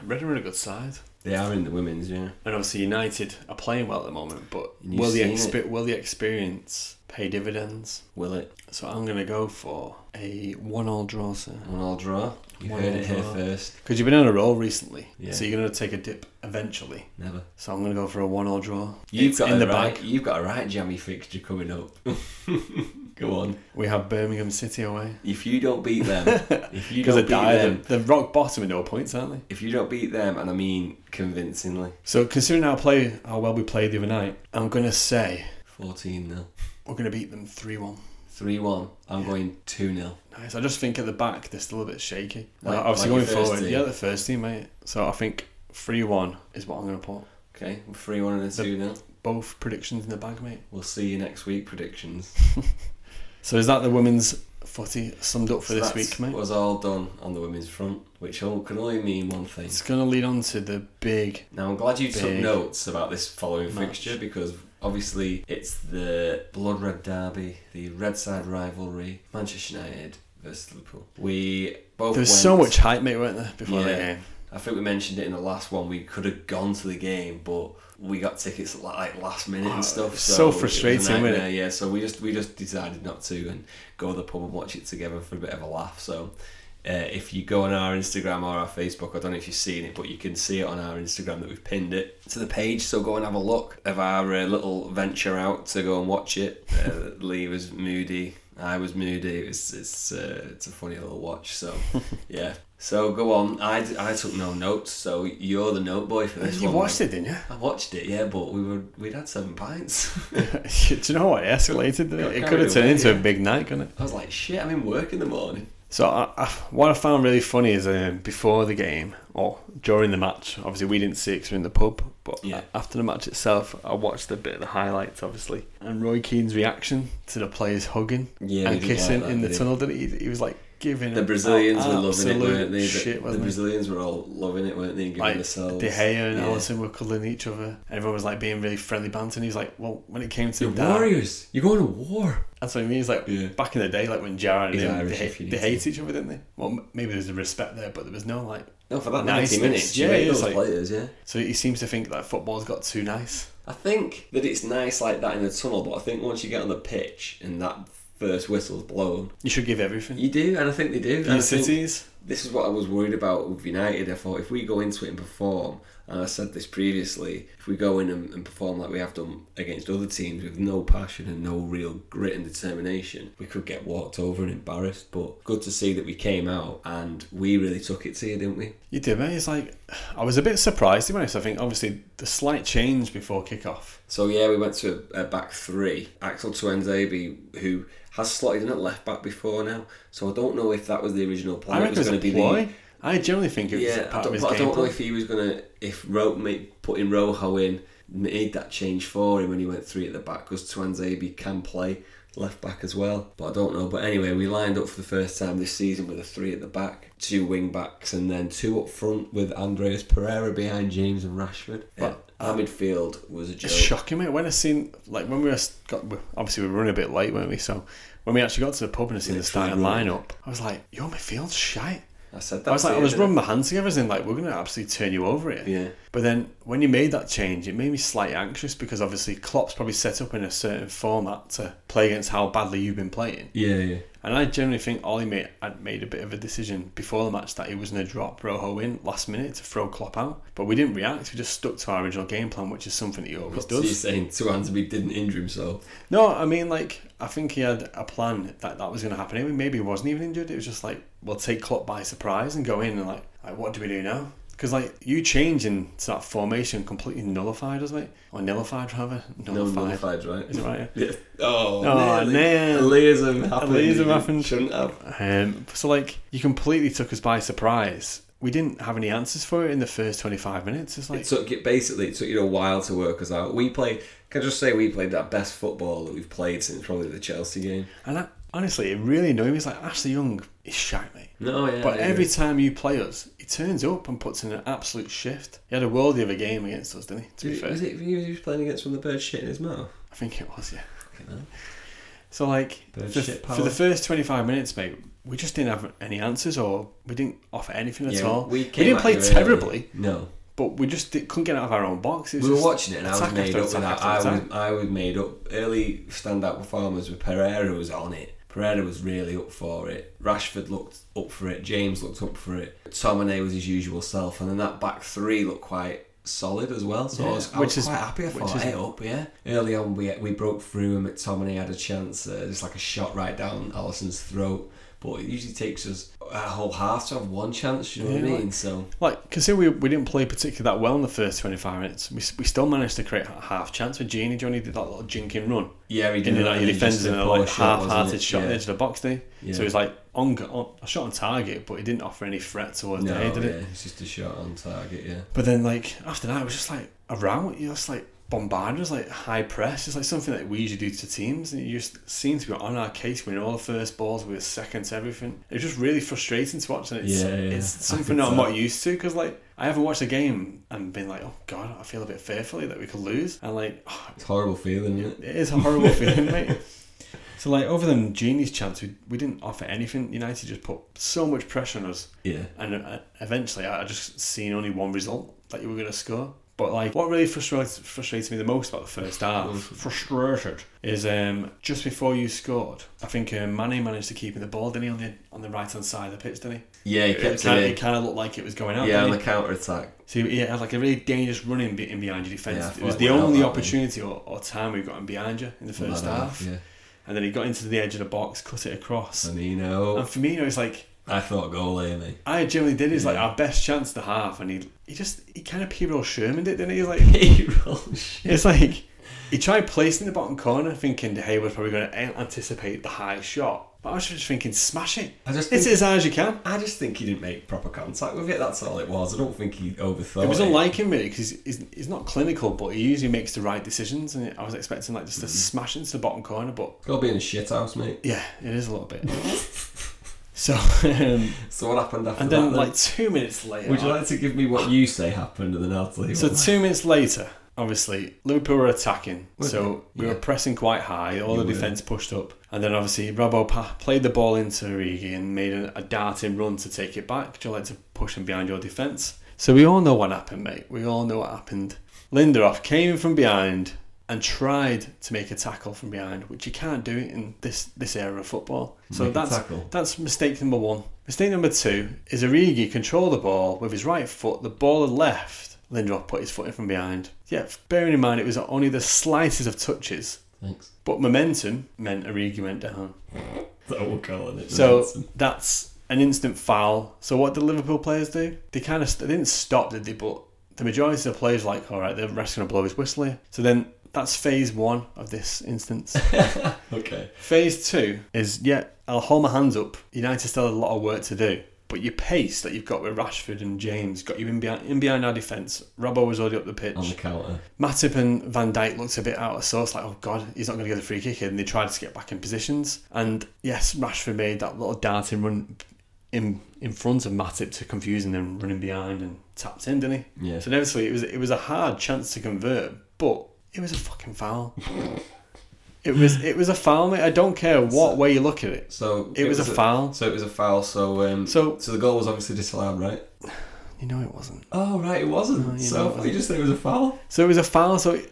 Reading are a good side. they are in the women's. Yeah. And obviously, United are playing well at the moment, but You've will the, seen expe- will the experience pay dividends? Will it? So I'm going to go for a 1 all draw, sir. One all draw. You One heard all it here draw. first. Because you've been on a roll recently, Yeah. so you're going to take a dip eventually. Never. So I'm going to go for a 1 all draw. You've It's got in a the right, bag. You've got a right jammy fixture coming up. Go on. We have Birmingham City away. If you don't beat them, if you Because don't they're beat dying. them, They're rock bottom in no points, aren't they? if you don't beat them, and I mean convincingly, So considering how play how well we played the other night, I'm gonna say fourteen 0 we're gonna beat them three one. three one. I'm going two 0 Nice. I just think at the back they're still a bit shaky. Like- Like, obviously like your going first forward, team. yeah, the first team, mate. So I think three one is what I'm gonna put. Okay, three one and a The- two 0 Both predictions in the bag, mate. We'll see you next week. Predictions So is that the women's footy summed up for So this that's week, mate? Was all done on the women's front, which all, can only mean one thing. It's gonna lead on to the big Now I'm glad you took Big notes about this following match. fixture because obviously it's the blood red derby, the red side rivalry, Manchester United versus Liverpool. We both There was went, so much hype, mate, weren't there, before the Yeah. game? I think we mentioned it in the last one. We could have gone to the game, but we got tickets at, like last minute Oh, and stuff. it's So, so it was a frustrating, wasn't nightmare, Yeah, so we just we just decided not to and go to the pub and watch it together for a bit of a laugh. So. Uh, if you go on our Instagram or our Facebook, I don't know if you've seen it, but you can see it on our Instagram that we've pinned it to the page. So go and have a look of our uh, little venture out to go and watch it. Uh, Lee was moody, I was moody. It's it's uh, it's a funny little watch. So yeah. So go on. I, d- I took no notes, so you're the note boy for this You one. watched it, didn't you? I watched it, yeah, but we were we'd had seven pints. Do you know what? It escalated. didn't Got It, it carried could have turned away, into a yeah. big night, couldn't it? I was like, shit, I'm in work in the morning. So I, I, what I found really funny is um, before the game or during the match, obviously we didn't see it 'cause we were in the pub, but Yeah. a- after the match itself, I watched a bit of the highlights, obviously, and Roy Keane's reaction to the players hugging Yeah, and we didn't kissing like that, in the did he? tunnel. Didn't he? He was like giving The them Brazilians were an loving it, absolute weren't they? The- Shit, the wasn't it? Brazilians were all loving it, weren't they? and Giving Like, themselves. De Gea and Yeah. Allison were cuddling each other. Everyone was like being really friendly banter. And he was like, "Well, when it came to You're the derby, warriors. You're going to war. That's what I mean. It's like Yeah. back in the day, like when Jared and He's him, Irish, they, if you need hate, they to. hate each other, didn't they? Well, m- maybe there's a respect there, but there was no like. No, for that Nice, 90 minutes. yeah, you hate it was those like- players, yeah. So he seems to think that football's got too nice. I think that it's nice like that in the tunnel, but I think once you get on the pitch and that first whistle's blown, You should give everything. you do, and I think they do. In and I the think- cities, this is what I was worried about with United. I thought if we go into it and perform, and I said this previously, if we go in and, and perform like we have done against other teams with no passion and no real grit and determination, we could get walked over and embarrassed. But good to see that we came out and we really took it to you, didn't we? You did, mate. It's like I was a bit surprised, to be honest. I think obviously the slight change before kickoff. So yeah, we went to a, a back three. Axel Tuanzebe, who has slotted in at left back before now, so I don't know if that was the original plan. I reckon it was a gonna ploy. I generally think it was Yeah, I part of don't, his but I game don't know plan. if he was gonna if Ro, make, putting Rojo in made that change for him when he went three at the back because Tuanzebe can play left back as well. But I don't know. But anyway, we lined up for the first time this season with a three at the back, two wing backs, and then two up front with Andreas Pereira behind James and Rashford. But our midfield was a joke. It's shocking, mate. When I seen like when we were got obviously we were running a bit late, weren't we? So when we actually got to the pub and I seen the starting Literally. lineup, I was like, "Your midfield's shite." I said that. I was like, to I you, was didn't rubbing my hands together, as in like, "We're gonna absolutely turn you over here." Yeah. But then when you made that change, it made me slightly anxious because obviously Klopp's probably set up in a certain format to play against how badly you've been playing. Yeah, yeah. And I generally think Ollie made had made a bit of a decision before the match that he was going to drop Rojo in last minute to throw Klopp out. But we didn't react. We just stuck to our original game plan, which is something that he always So you're does. saying Tuanzebe didn't injure himself? No, I mean like I think he had a plan that that was going to happen. Anyway, maybe he wasn't even injured. It was just like we'll take Klopp by surprise and go in and like, like what do we do now? Because like you changing to that formation completely nullified us, mate, or nullified rather. No, Nullified. nullified, right? Is it right? Yeah? Yeah. Oh, Oh, nearly. man. Eliasm happened. Eliasm It happened. Shouldn't have. Um, so like you completely took us by surprise. We didn't have any answers for it in the first twenty five minutes. It's like It took it basically it took you a while to work us out. We played. Can I just say we played that best football that we've played since probably the Chelsea game. and I, honestly, it really annoyed me. It's like Ashley Young is shite, mate. No, yeah. But yeah. every time you play us, he turns up and puts in an absolute shift. He had a worldie of a game against us, didn't he? To be Did- fair, was it he was playing against one of the bird shit in his mouth? I think it was, yeah. hell. So like Bird for, shit for power. the first twenty five minutes, mate, we just didn't have any answers or we didn't offer anything at all. we, came didn't at play you early. terribly, No, but we just di- couldn't get out of our own box. It was we were just watching it and I was attack made after up with attack that. after I was, attack. I was made up. Early standout performers with Pereira was on it. Pereira was really up for it. Rashford looked up for it. James looked up for it. Tomine was his usual self. And then that back three looked quite solid as well. So I was, I Which was is- quite happy. I which thought, is- hey, up, yeah. Early on, we, we broke through and McTominay had a chance. Uh, just like a shot right down Allison's throat. But it usually takes us a whole half to have one chance, you know what Yeah, I like- mean? So Like, consider we, we didn't play particularly that well in the first 25 minutes. We, s- we still managed to create a half chance with Genie. Johnny did that little jinking run. yeah, he And did then that like, he and just defended did in a poor like, shot, wasn't half-hearted it? shot at Yeah. the edge of the box there. Yeah. So he's like on, go- on a shot on target, but he didn't offer any threat towards the head, did it? yeah, it's just a shot on target, yeah. But then like after that, it was just like around. You know, it's like bombarded, it was like high press. It's like something that we usually do to teams, and you just seem to be on our case. Winning all the first balls, we were second to everything. It was just really frustrating to watch, and it's Yeah, yeah. it's I something could that I'm tell. not used to because like I haven't watched a game and been like, oh god, I feel a bit fearfully that we could lose, and like It's a horrible feeling, isn't it? it is a horrible feeling, mate. So like other than Genie's chance, we, we didn't offer anything. United just put so much pressure on us Yeah. and uh, eventually I I just seen only one result that you were going to score. But like, what really frustrates frustrates me the most about the first Mm. half, frustrated, is um, just before you scored. I think um, Manny managed to keep in the ball, didn't he, on the on the right hand side of the pitch, didn't he? Yeah, he It kept kind, of, it in. looked like it was going out. Yeah, didn't on it? the counter attack. So you- yeah, it had like a really dangerous run in, be- in behind your defence. Yeah, I it was thought the it went out only that way. opportunity or, or time we got in behind you in the first Like that, half, Yeah. and then he got into the edge of the box, cut it across. And you know, and for me, you know, it's like I thought goal, eh, Amy. I generally did. He's like Yeah. our best chance to half, and he he just he kind of P-roll Sherman did, didn't he? He's like He rolls. it's like he tried placing the bottom corner, thinking Hayward's probably going to anticipate the high shot. But I was just thinking, smash it. I just It's think- as high as you can. I just think he didn't make proper contact with it. That's all it was. I don't think he overthought It was it. unlike him really because he's, he's, he's not clinical, but he usually makes the right decisions. And I was expecting like just Mm-hmm. to smash into the bottom corner, but It's got to be in a shit house, mate. yeah, it is a little bit. so um, So what happened after and then that? like two minutes later, would you like to give me what you say happened, and then I'll tell you. So what- two minutes later, obviously Liverpool were attacking, so we Yeah. were pressing quite high. All You the were. defence pushed up, and then obviously Robbo pa- played the ball into Origi and made a, a darting run to take it back. Do you like to push him behind your defence? So we all know what happened, mate. We all know what happened. Lindelof came in from behind and tried to make a tackle from behind, which you can't do in this this era of football. So Make a that's tackle. that's mistake number one. Mistake number two is Origi controlled the ball with his right foot, the ball had left. Lindelof put his foot in from behind. Yeah, bearing in mind it was only the slightest of touches, Thanks. but momentum meant Origi went down. That will call it. So that's an instant foul. So what did Liverpool players do? They kind of st- they didn't stop, did they? But the majority of the players were like, all right, the ref's going to blow his whistle here. So then that's phase one of this instance. okay. phase two is yeah, I'll hold my hands up. United still had a lot of work to do. But your pace that you've got with Rashford and James got you in behind, in behind our defence. Robbo was already up the pitch. On the counter. Matip and Van Dijk looked a bit out of sorts, like, oh God, he's not going to get the free kick. And they tried to get back in positions. And yes, Rashford made that little darting run in in front of Matip to confuse him and running behind and tapped in, didn't he? Yeah. So inevitably, it was it was a hard chance to convert, but it was a fucking foul. it was it was a foul, mate. I don't care what way you look at it. So It was a foul. So it was a foul. So um, So- so the goal was obviously disallowed, right? You know it wasn't. Oh right, it wasn't. you so know it I thought you just said it was a foul. So it was a foul. So it-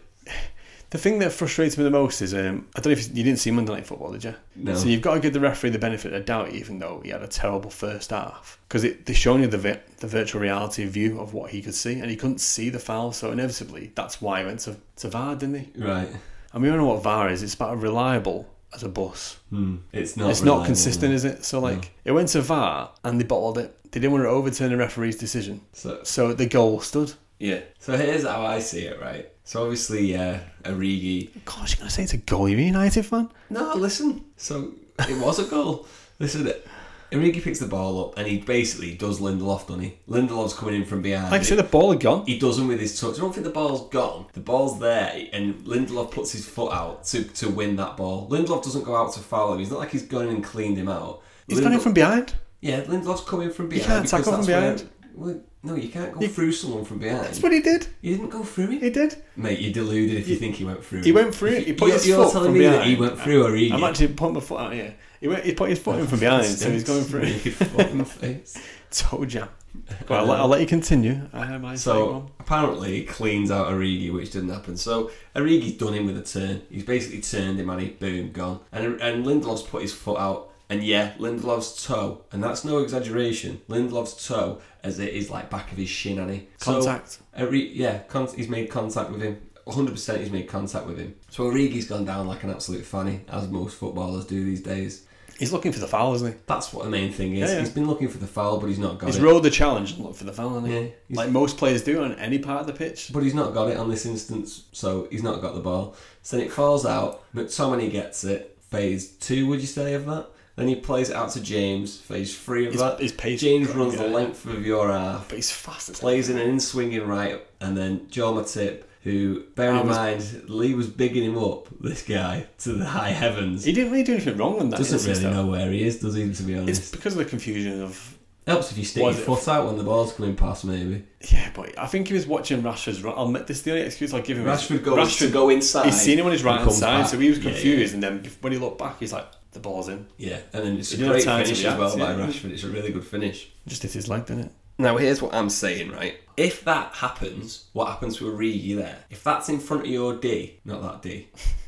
the thing that frustrates me the most is um, I don't know if you didn't see Monday Night Football, did you? No. So you've got to give the referee the benefit of the doubt, even though he had a terrible first half, because they're showing you the vi- the virtual reality view of what he could see, and he couldn't see the foul. So inevitably, that's why he went to to VAR, didn't he? Right. And we all know what VAR is. It's about as reliable as a bus. Hmm. It's not. it's reliable, not consistent, is it? So like it went to VAR and they bottled it. They didn't want to overturn the referee's decision, So so the goal stood. yeah. So here's how I see it, right? So obviously, yeah, Origi. Gosh, you're gonna say it's a goal? You mean United fan? No, listen. So it was a goal. Listen. Origi picks the ball up and he basically does Lindelof, doesn't he? Lindelof's coming in from behind. Like I said, the ball had gone. He doesn't with his touch. I don't think the ball's gone. The ball's there, and Lindelof puts his foot out to, to win that ball. Lindelof doesn't go out to foul him. He's not like he's gone in and cleaned him out. He's gone in Lindelof- from behind. yeah. Lindelof's coming from behind. can't because tackle from that's where- well, no, you can't go through someone from That's behind. what he did. He didn't go through He it, did. mate. You're deluded if you think he went through. He it. went through it. He put You're- his you're foot telling from me behind. that he went through Origi. I'm actually putting my foot out here. He, went, he put his foot in from behind, so he's going through it. Fucking face. Toe jam. Go on, I'll, let- I'll let you continue. I have my second one. So apparently it cleans out Origi, which didn't happen. So Origi's done him with a turn. He's basically turned him and he boom gone. And and Lindelof's put his foot out. And yeah, Lindelof's toe, and that's no exaggeration. Lindelof's toe, as it is like back of his shin, and he Contact. So, Ori- yeah, con- he's made contact with him. 100% he's made contact with him. So Origi's gone down like an absolute fanny, as most footballers do these days. He's looking for the foul, isn't he? That's what the main thing is. Yeah, yeah. He's been looking for the foul, but he's not got He's it. rolled the challenge and looked for the foul, hasn't he? Yeah, he's- like most players do on any part of the pitch. But he's not got it on this instance, so he's not got the ball. So then it falls out. McTominay gets it. Phase two, would you say, of that? Then he plays it out to James. Phase three of His- that. his pace James is runs the great, yeah. length of your half. But he's fast as Plays in an in swinging right, and then Joe Matip, who, bear I in was- mind, Lee was bigging him up, this guy, to the high heavens. He didn't really do anything wrong in that. doesn't instance, really though. know where he is, does he, to be honest? It's because of the confusion of Helps if you stick your Was it- foot out when the ball's coming past, maybe. yeah, but I think he was watching Rashford's run. I'll make this is the only excuse I'll give him. is Rashford goes to go inside. He's seen him on his and right hand comes side, back. so he was Yeah, yeah. confused. And then bef- when he looked back, he's like, "The ball's in." Yeah, and then it's a You don't great have time to finish as react, well by yeah. Rashford. It's a really good finish. Just hit his leg, didn't it? Now, here's what I'm saying, right? If that happens, what happens to Origi there? If that's in front of your D, not that D,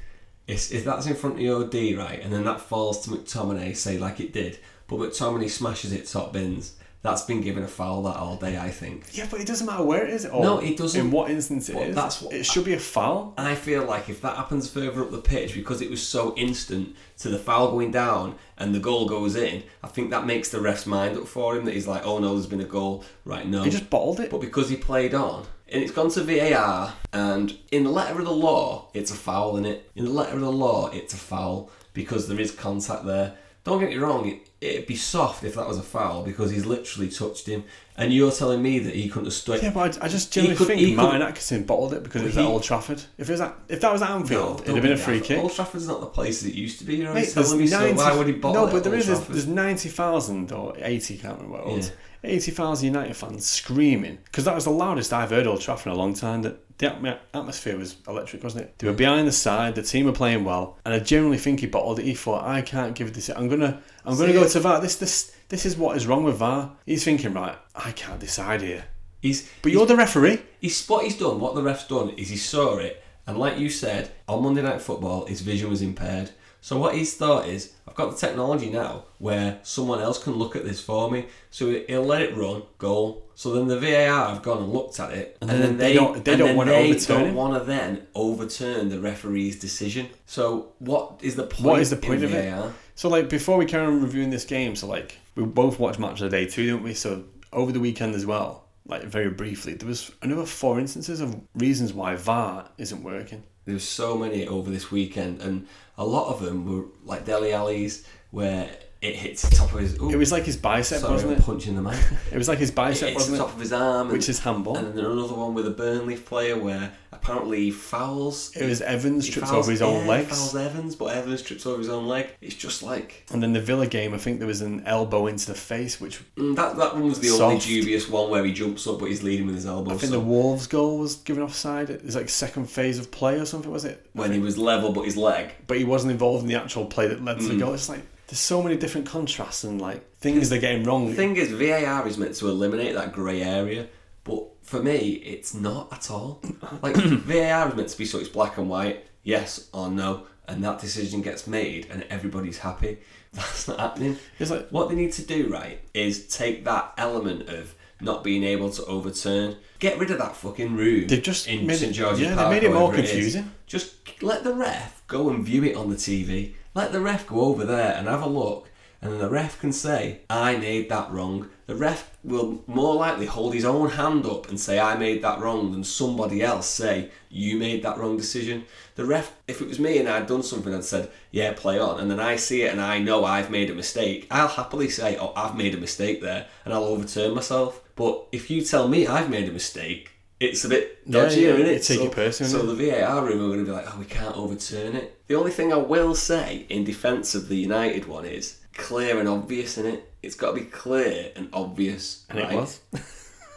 if, if that's in front of your D, right, and then that falls to McTominay, say like it did, but McTominay smashes it top bins, that's been given a foul that all day, I think. Yeah, but it doesn't matter where it is. Or No, it doesn't. In what instance it is? But that's what- it should be a foul. And I feel like if that happens further up the pitch, because it was so instant to the foul going down and the goal goes in, I think that makes the ref's mind up for him that he's like, oh no, there's been a goal. Right, no. He just bottled it. Um, but because he played on, and it's gone to VAR, and in the letter of the law, it's a foul, in it? In the letter of the law, it's a foul because there is contact there. Don't get me wrong, it, it'd be soft if that was a foul because he's literally touched him, and you're telling me that he couldn't have stood. yeah, but I, I just generally could- he think could- Martin Atkinson bottled it because it was at he- Old Trafford. If it was at, if that was at Anfield, it'd don't have been a be free daft. kick. Old Trafford's not the place that it used to be. You're Mate, there's telling me so. Why would he bother? no, at but there Old is there's, Trafford? there's ninety thousand or eighty, can't remember what it was. Yeah. Eighty thousand United fans screaming because that was the loudest I've heard Old Trafford in a long time. That the atm- atmosphere was electric, wasn't it? They were behind the side, the team were playing well, and I generally think he bottled it. He thought, I can't give this. I'm gonna, I'm gonna See, go it- to VAR. This, this, this is what is wrong with VAR. He's thinking, right, I can't decide here. He's, But you're the referee. he's what he's done. What the ref's done is he saw it, and like you said on Monday Night Football, his vision was impaired. So what he's thought is, I've got the technology now where someone else can look at this for me. So he- he'll let it run, goal. So then the VAR have gone and looked at it, and, then then they they don't- they and don't then wanna they overturn don't it. want to then overturn the referee's decision. So what is the point? What is the point in of it? VAR? So like before we carry on reviewing this game, so like we both watched match of the day too, didn't we? So over the weekend as well, like very briefly, there was another four instances of reasons why VAR isn't working. There was so many over this weekend, and a lot of them were like Deli Alley's, where it hits the top of his. Ooh, It was like his bicep, sorry, wasn't I'm it? punching the man. It was like his it bicep, hits the wasn't top it? of his arm, and, Which is handball. and then another one with a Burnley player where apparently he fouls. It was Evans he tripped fouls- over his own yeah, legs. Fouls Evans, but Evans trips over his own leg. It's just like And then the Villa game, I think there was an elbow into the face, which mm, that. That one was the only Soft. dubious one where he jumps up, but he's leading with his elbow. I think so- the Wolves goal was given offside. It was like second phase of play or something, was it? when he was level, but his leg. But he wasn't involved in the actual play that led to Mm. the goal. It's like there's so many different contrasts and like things they're getting wrong. The thing is, VAR is meant to eliminate that grey area, but for me, it's not at all. Like, VAR is meant to be so it's black and white, yes or no, and that decision gets made and everybody's happy. That's not happening. It's like- what they need to do, right, is take that element of not being able to overturn, get rid of that fucking room. They've just in made it- St George's yeah, they Park, made it more wherever is. confusing. Just let the ref go and view it on the TV. Let the ref go over there and have a look, and then the ref can say, "I made that wrong." The ref will more likely hold his own hand up and say, "I made that wrong," than somebody else say, "You made that wrong decision." The ref, if it was me and I'd done something, I'd said, "Yeah, play on," and then I see it and I know I've made a mistake. I'll happily say, "Oh, I've made a mistake there," and I'll overturn myself. But if you tell me I've made a mistake, it's a bit Yeah, dodgy, yeah, isn't you it? take so, it personally. so the VAR room are going to be like, oh, we can't overturn it. The only thing I will say in defence of the United one is clear and obvious, in it. It's got to be clear and obvious. and right? it was.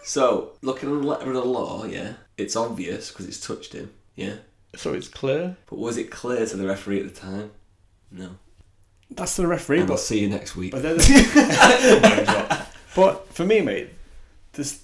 So, looking at the letter of the law, yeah, it's obvious because it's touched him, yeah. So it's clear. But was it clear to the referee at the time? No. That's the referee, And I'll but see you next week. but, they're the- but for me, mate, this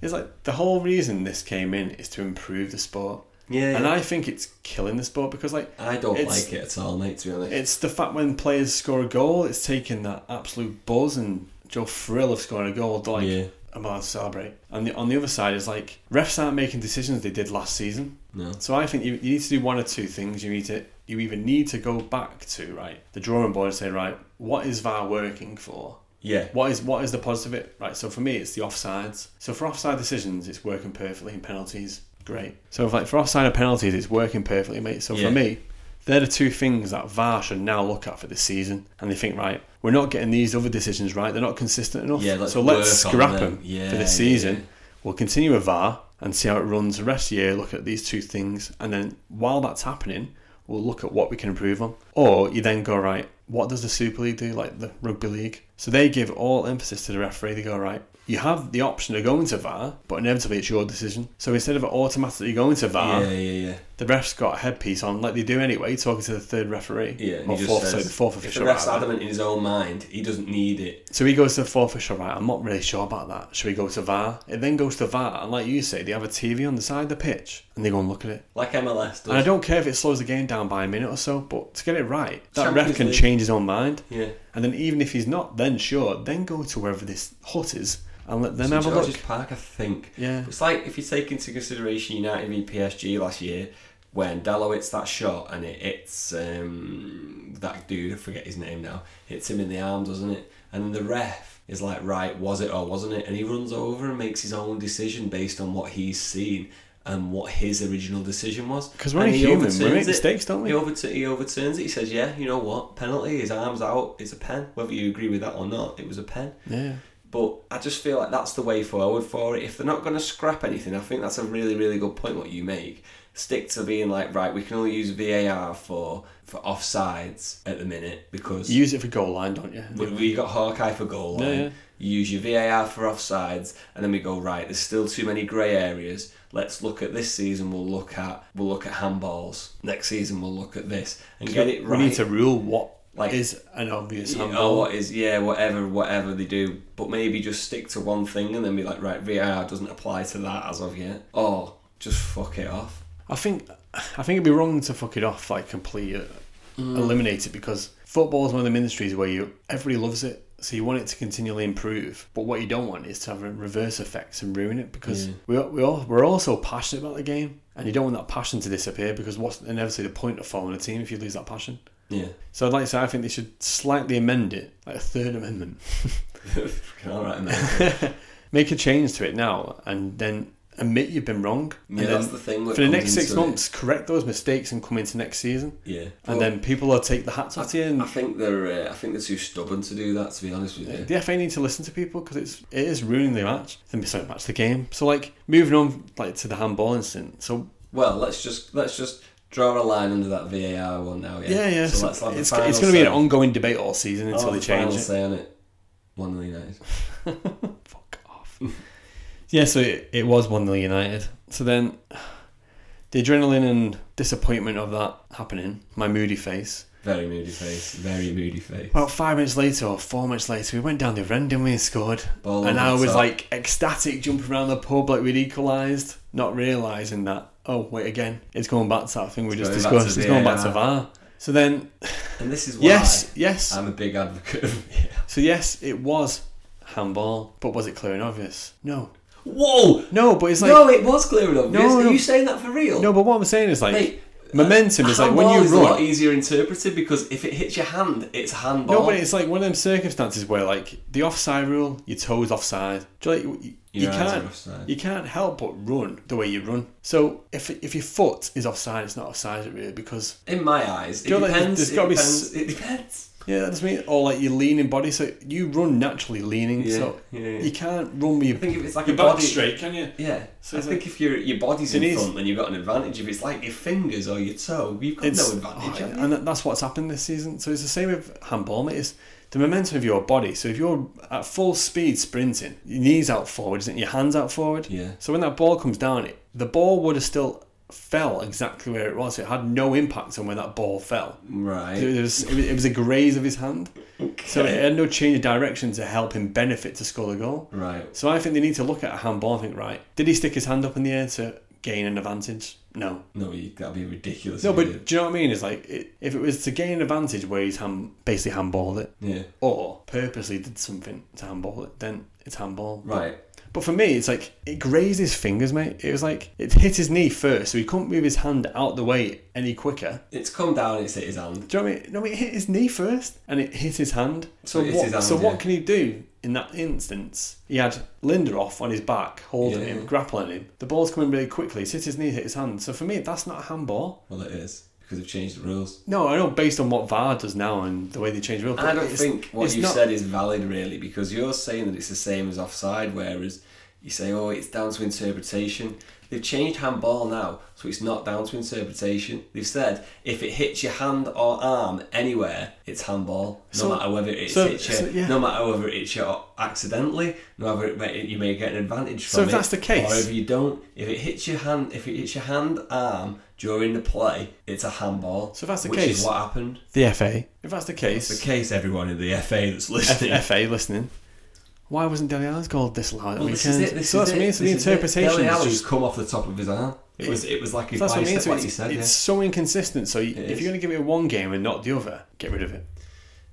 it's like the whole reason this came in is to improve the sport. Yeah, And yeah. I think it's killing the sport because like I don't it's- like it at all, mate, to be honest. It's the fact when players score a goal, it's taking that absolute buzz and Joe thrill of scoring a goal. to, Like, Yeah. I'm allowed to celebrate. And the, on the other side is like refs aren't making decisions they did last season. no. So I think you, you need to do one or two things. You need to you either need to go back to right the drawing board and say right what is VAR working for. Yeah. What is what is the positive? It right. So for me, it's the offsides. So for offside decisions, it's working perfectly, and penalties, great. So if, like for offside and penalties, it's working perfectly, mate. So Yeah. for me, they're the two things that VAR should now look at for this season, and they think right, we're not getting these other decisions right. They're not consistent enough. Yeah, let's so work let's on scrap them. them, Yeah, for this yeah, season. yeah. We'll continue with VAR and see how it runs the rest of the year. Look at these two things, and then while that's happening, we'll look at what we can improve on. Or you then go right. What does the Super League do, like the rugby league? So they give all emphasis to the referee. They go right. You have the option of going to VAR, but inevitably it's your decision. So instead of automatically going to VAR, yeah, yeah, yeah. the ref's got a headpiece on, like they do anyway, talking to the third referee Yeah, and he or just fourth, says, sorry, the fourth if official. the ref's rather. adamant in his own mind, he doesn't need it. So he goes to the fourth official, right? I'm not really sure about that. Should we go to VAR? It then goes to VAR, and like you say, they have a TV on the side of the pitch, and they go and look at it. Like MLS does. And I don't care if it slows the game down by a minute or so, but to get it right, that ref Champions can League. change his own mind. Yeah. And then even if he's not, then sure, then go to wherever this hut is and let them St have a George's look. Park, I think. Yeah. It's like if you take into consideration United v PSG last year when Dallo hits that shot and it hits um, that dude, I forget his name now, hits him in the arm, doesn't it? And the ref is like, right, was it or wasn't it? And he runs over and makes his own decision based on what he's seen and what his original decision was. 'Cause we're And only he human, we overturns make it. mistakes, don't we? He, overtu- he overturns it. He says, yeah, you know what? Penalty, his arm's out, it's a pen. Whether you agree with that or not, it was a pen. Yeah. But I just feel like that's the way forward for it. If they're not going to scrap anything, I think that's a really, really good point what you make. Stick to being like, right, we can only use VAR for for offsides at the minute because You use it for goal line, don't you? we, we got Hawkeye for goal line. Yeah, yeah. You use your VAR for offsides, and then we go right. There's still too many grey areas. Let's look at this season. We'll look at we'll look at handballs. Next season we'll look at this and get it right. We need to rule what is Like- an obvious Yeah, handball. or what is yeah whatever whatever they do but maybe just stick to one thing and then be like right VAR doesn't apply to that as of yet or just fuck it off I think I think it'd be wrong to fuck it off like complete uh, Mm. eliminate it because football is one of them industries where you everybody loves it. So you want it to continually improve, but what you don't want is to have a reverse effects and ruin it because we we all we're all so passionate about the game, and you don't want that passion to disappear because what's inevitably the point of following a team if you lose that passion. Yeah. So I'd like to say I think they should slightly amend it, like a third amendment. Fucking all right, mate. Make a change to it now and then admit you've been wrong. Yeah, and that's then the thing. that For the comes next six into it. months, correct those mistakes and come into next season. Yeah. Well, and then people will take the hats off to you. And I think they're. Uh, I think they're too stubborn to do that. To be honest with you. the FA need to listen to people because it's it is ruining the match. Then be sorry, match the game. So like moving on like to the handball incident. So Well, let's just let's just draw a line under that VAR one now. Yeah. yeah, yeah. So, so let's have it's the final it's going to be say. an ongoing debate all season I'll until have they the final change it. say on it. One of the United. Fuck off. yeah, so it, it was 1 0 United. So then the adrenaline and disappointment of that happening, my moody face. Very moody face. Very moody face. About five minutes later or four minutes later, we went down the other end, didn't we, and scored. Ball and over I the was top. like ecstatic, jumping around the pub like we'd equalised, not realising that, oh, wait, again, it's going back to that thing we It's just going back discussed. to It's going back VAR. to VAR. So then, And this is why Um, yes, yes. I'm a big advocate. Of, so yes, it was handball, but was it clear and obvious? No. Whoa! No, but it's like. no, it was clear and obvious. No, Are no. you saying that for real? No, but what I'm saying is like Mate, momentum is like when handball you is a lot run. easier interpreted because if it hits your hand, it's handball. No, but it's like one of them circumstances where like the offside rule, your toes offside. Do you, like, you, you Your eyes are can't offside. you can't help but run the way you run. So if if your foot is offside, it's not offside is it really because in my eyes, it Joe, like, depends. there's it, gotta be depends. s- it depends. yeah, that's me. Or like your leaning body, so you run naturally leaning. Yeah, so yeah, yeah. you can't run with your, I think if it's like your a back body straight, can you? Yeah, I So it's think if your your body's in It is. front, then you've got an advantage. If it's like your fingers or your toe, you've got It's- no advantage. oh, have you? and that- that's what's happened this season. So it's the same with handball, mate. It's the momentum of your body. So if you're at full speed sprinting, your knees out forward, isn't it? Your hands out forward. Yeah. So when that ball comes down, it, the ball would have still fell exactly where it was. It had no impact on where that ball fell. Right. It was, it was, it was a graze of his hand. So it had no change of direction to help him benefit to score the goal. Right. So I think they need to look at a handball and think, right, did he stick his hand up in the air to gain an advantage? No. No, you, that'd be ridiculous. No, if you but did. do you know what I mean? It's like it, if it was to gain an advantage where he's hand, basically handballed it, yeah. or purposely did something to handball it, then it's handball. Right. But for me, it's like it grazed his fingers, mate. It was like it hit his knee first, so he couldn't move his hand out the way any quicker. It's come down. It's hit his hand. Do you know what I mean? No, it hit his knee first, and it hit his hand. So it hit what? his hand, so what yeah. can he do in that instance? He had Linda off on his back, holding Yeah. him, grappling him. The ball's coming really quickly. It's hit his knee, hit his hand. So for me, that's not a handball. Well, it is because they've changed the rules. No, I know based on what VAR does now and the way they change rules. And I don't it's- think what it's you not- said is valid, really, because you're saying that it's the same as offside, whereas you say, oh, it's down to interpretation. They've changed handball now, so it's not down to interpretation. They've said if it hits your hand or arm anywhere, it's handball, no So- matter whether it's so- hit you, so, yeah. no matter whether it's you accidentally, no matter it, you may get an advantage So from if it, that's the case- or if you don't, if it hits your hand, if it hits your hand arm during the play, it's a handball. So if that's the which case- is what happened. the FA. If that's the case, It's the case, everyone in the FA that's F- listening. FA listening. Why wasn't Deli Ali's goal disallowed? at Well, Oh, this weekend? is it. This so is that's what I mean. it. So the this is it. interpretation Dele is Alli's just. come off the top of his arm. It, It- was. It was like his So that's what I mean. So like you it's, said. it's yeah. so inconsistent. So you, if is. you're going to give it one game and not the other, get rid of it.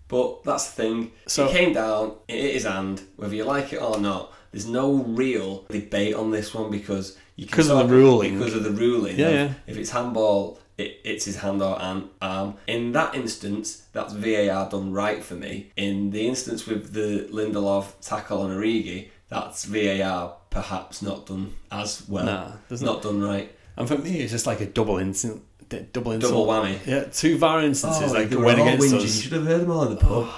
But that's the thing. So- it came down. It is hand. Whether you like it or not, there's no real debate on this one because you can Because of the talk- ruling. Because of the ruling. Yeah, of yeah. If it's handball, it, it's his hand or arm. arm. In that instance, that's VAR done right for me. In the instance with the Lindelof tackle on Origi, that's VAR perhaps not done as well. Nah, there's not done right. And for me, it's just like a double instant. Double insult. Double whammy. Oh, Yeah, two VAR instances like they that were went all against whinging. us. You should have heard them all in the pub.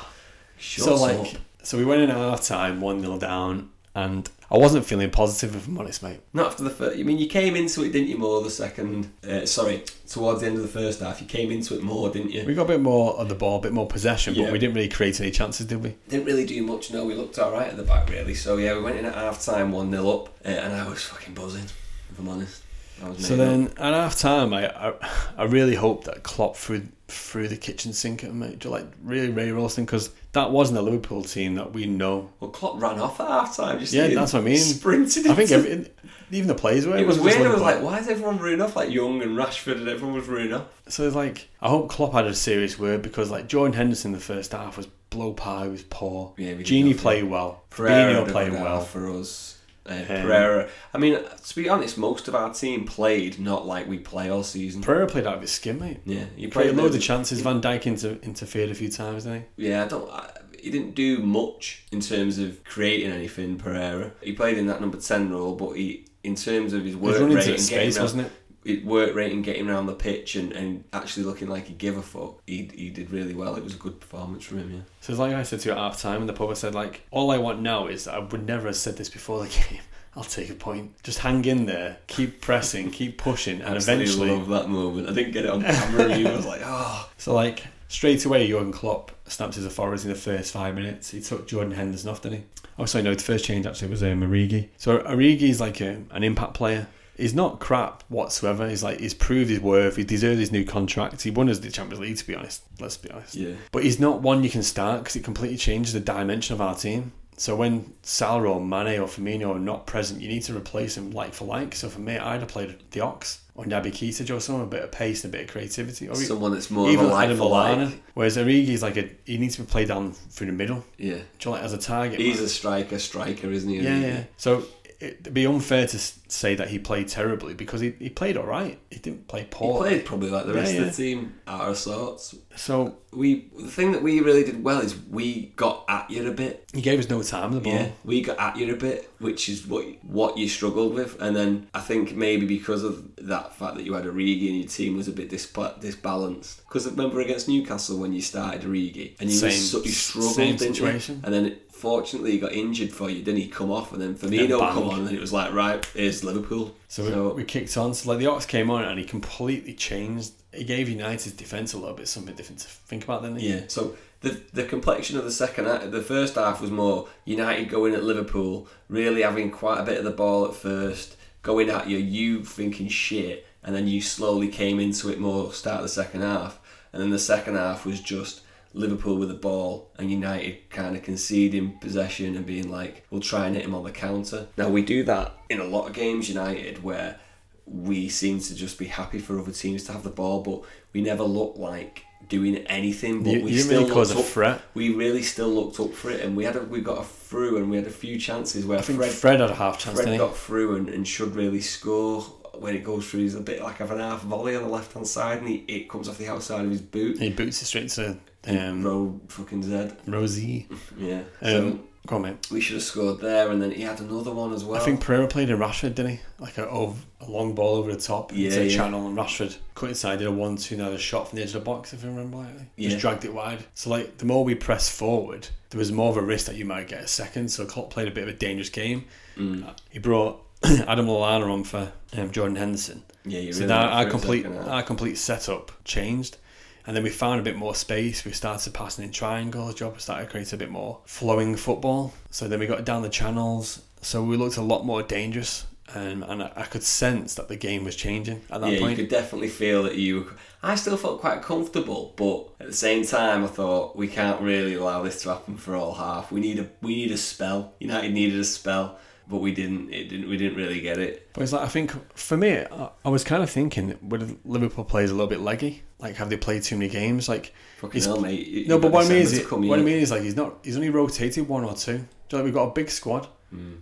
Shut so up. like, so we went in at half time, one 0 down, and I wasn't feeling positive, if I'm honest, mate. not after the first. I mean, you came into it, didn't you? More the second. Uh, sorry, towards the end of the first half, you came into it more, didn't you? We got a bit more of the ball, a bit more possession, Yeah. but we didn't really create any chances, did we? Didn't really do much. No, we looked all right at the back, really. So yeah, we went in at half time, one 0 up, uh, and I was fucking buzzing. If I'm honest, That was So made up. then at half time, I, I I really hope that Klopp threw through the kitchen sink at me, like really really roasting because that wasn't a Liverpool team that we know. well, Klopp ran off at half time. Just Yeah, didn't that's what I mean. Sprinted. I think into- every, even the players were. it was wasn't just weird. It was like, Liverpool. why is everyone running off? Like Young and Rashford and everyone was running off. so it's like I hope Klopp had a serious word because like Jordan Henderson in the first half was blow pie was poor. Yeah, we did Genie nothing. played well. Pereira Fabinho played done well. for us. Uh, Um, Pereira. I mean, to be honest, most of our team played not like we play all season. Pereira played out of his skin, mate. Yeah, you Played a load the- of chances. Van Dijk inter- interfered a few times, didn't he? Yeah, I don't. I, he didn't do much in terms of creating anything. Pereira. He played in that number ten role, but he, in terms of his He work was running rate into and space, getting around, wasn't it? his work rate and getting around the pitch and, and actually looking like he give a fuck, he he did really well. It was a good performance from him. Yeah. So it's like I said to you at half time in the pub, I said like, all I want now is I would never have said this before the game. I'll take a point. Just hang in there, keep pressing, keep pushing, and Absolutely eventually. love that moment. I didn't get it on camera. you I was like, oh, So like straight away, Jurgen Klopp snapped his authority in the first five minutes. He took Jordan Henderson off, didn't he? Oh, sorry, no. The first change actually was um, Origi. So Origi's like a, an impact player. He's not crap whatsoever. He's like he's proved his worth. He deserved his new contract. He won us the Champions League, to be honest. Let's be honest. yeah. But he's not one you can start because it completely changes the dimension of our team. So when Salah or Mane or Firmino are not present, you need to replace them like for like. So for me, I'd have played the Ox or Naby Keita or someone, a bit of pace and a bit of creativity. Or Someone that's more even of a life Adam for Lallana. like. Whereas Origi's like a, he needs to be played down through the middle, Yeah. do you know, like as a target. He's man. a striker, striker, isn't he? yeah, yeah. So it'd be unfair to s- say that he played terribly because he, he played all right. He didn't play He poor. played probably like the Yeah, rest yeah. of the team out of sorts. So We the thing that we really did well is we got at you a bit. he gave us no time on the ball. Yeah, we got at you a bit, which is what what you struggled with. And then I think maybe because of that fact that you had Origi and your team was a bit dispa- disbalanced. Because remember against Newcastle when you started Origi and you, Same- was, so- you struggled, same didn't you? situation. And then fortunately he got injured for you, didn't he? Come off and then then Firmino bang. come on and then it was like right, here's Liverpool. So, we- So- we, kicked on. So like the Ox came on and he completely changed. He gave United's defense a little bit something different to think about. Then Yeah. So the the complexion of the second half, the first half was more United going at Liverpool, really having quite a bit of the ball at first, going at you, you thinking shit, and then you slowly came into it more. Start of the second half, and then the second half was just. Liverpool with the ball and United kind of conceding possession and being like, we'll try and hit him on the counter. Now, we do that in a lot of games, United, where we seem to just be happy for other teams to have the ball, but we never look like doing anything. But You- we you still really cause looked a up- threat. We really still looked up for it, and we had a, we got a through, and we had a few chances where I think Fred Fred, had a half chance. Fred didn't got through and, and should really score when it goes through. He's a bit like of an half volley on the left hand side, and he, it comes off the outside of his boot. he? He boots it straight to um, Row fucking Z. Rosie. Yeah. so Um, go on, mate. we should have scored there, and then he had another one as well. I think Pereira played in Rashford, didn't he? Like a, ov a long ball over the top Yeah, into a yeah. channel, and Rashford cut inside, did a one-two, another shot from the edge of the box, if I remember rightly. Yeah. Just dragged it wide. So like the more we pressed forward, there was more of a risk that you might get a second. So Klopp played a bit of a dangerous game. Mm. He brought Adam Lallana on for um, Jordan Henderson. yeah, you So really now went our through complete second half. our complete setup changed, and then we found a bit more space. We started passing in triangles. Job started creating a bit more flowing football. So then we got down the channels. So we looked a lot more dangerous, um, and I, I could sense that the game was changing at that yeah, point. you could definitely feel that you. I still felt quite comfortable, but at the same time, I thought we can't really allow this to happen for all half. We need a we need a spell. United needed a spell, but we didn't. It didn't. We didn't really get it. But it's like I think for me, I, I was kind of thinking, would Liverpool players a little bit leggy? Like, have they played too many games? Like, Fucking he's- hell, mate. You- No, you've but got what I mean December is, to come, what I yeah. mean is like he's not. He's only rotated one or two. Do you know, like we've got a big squad,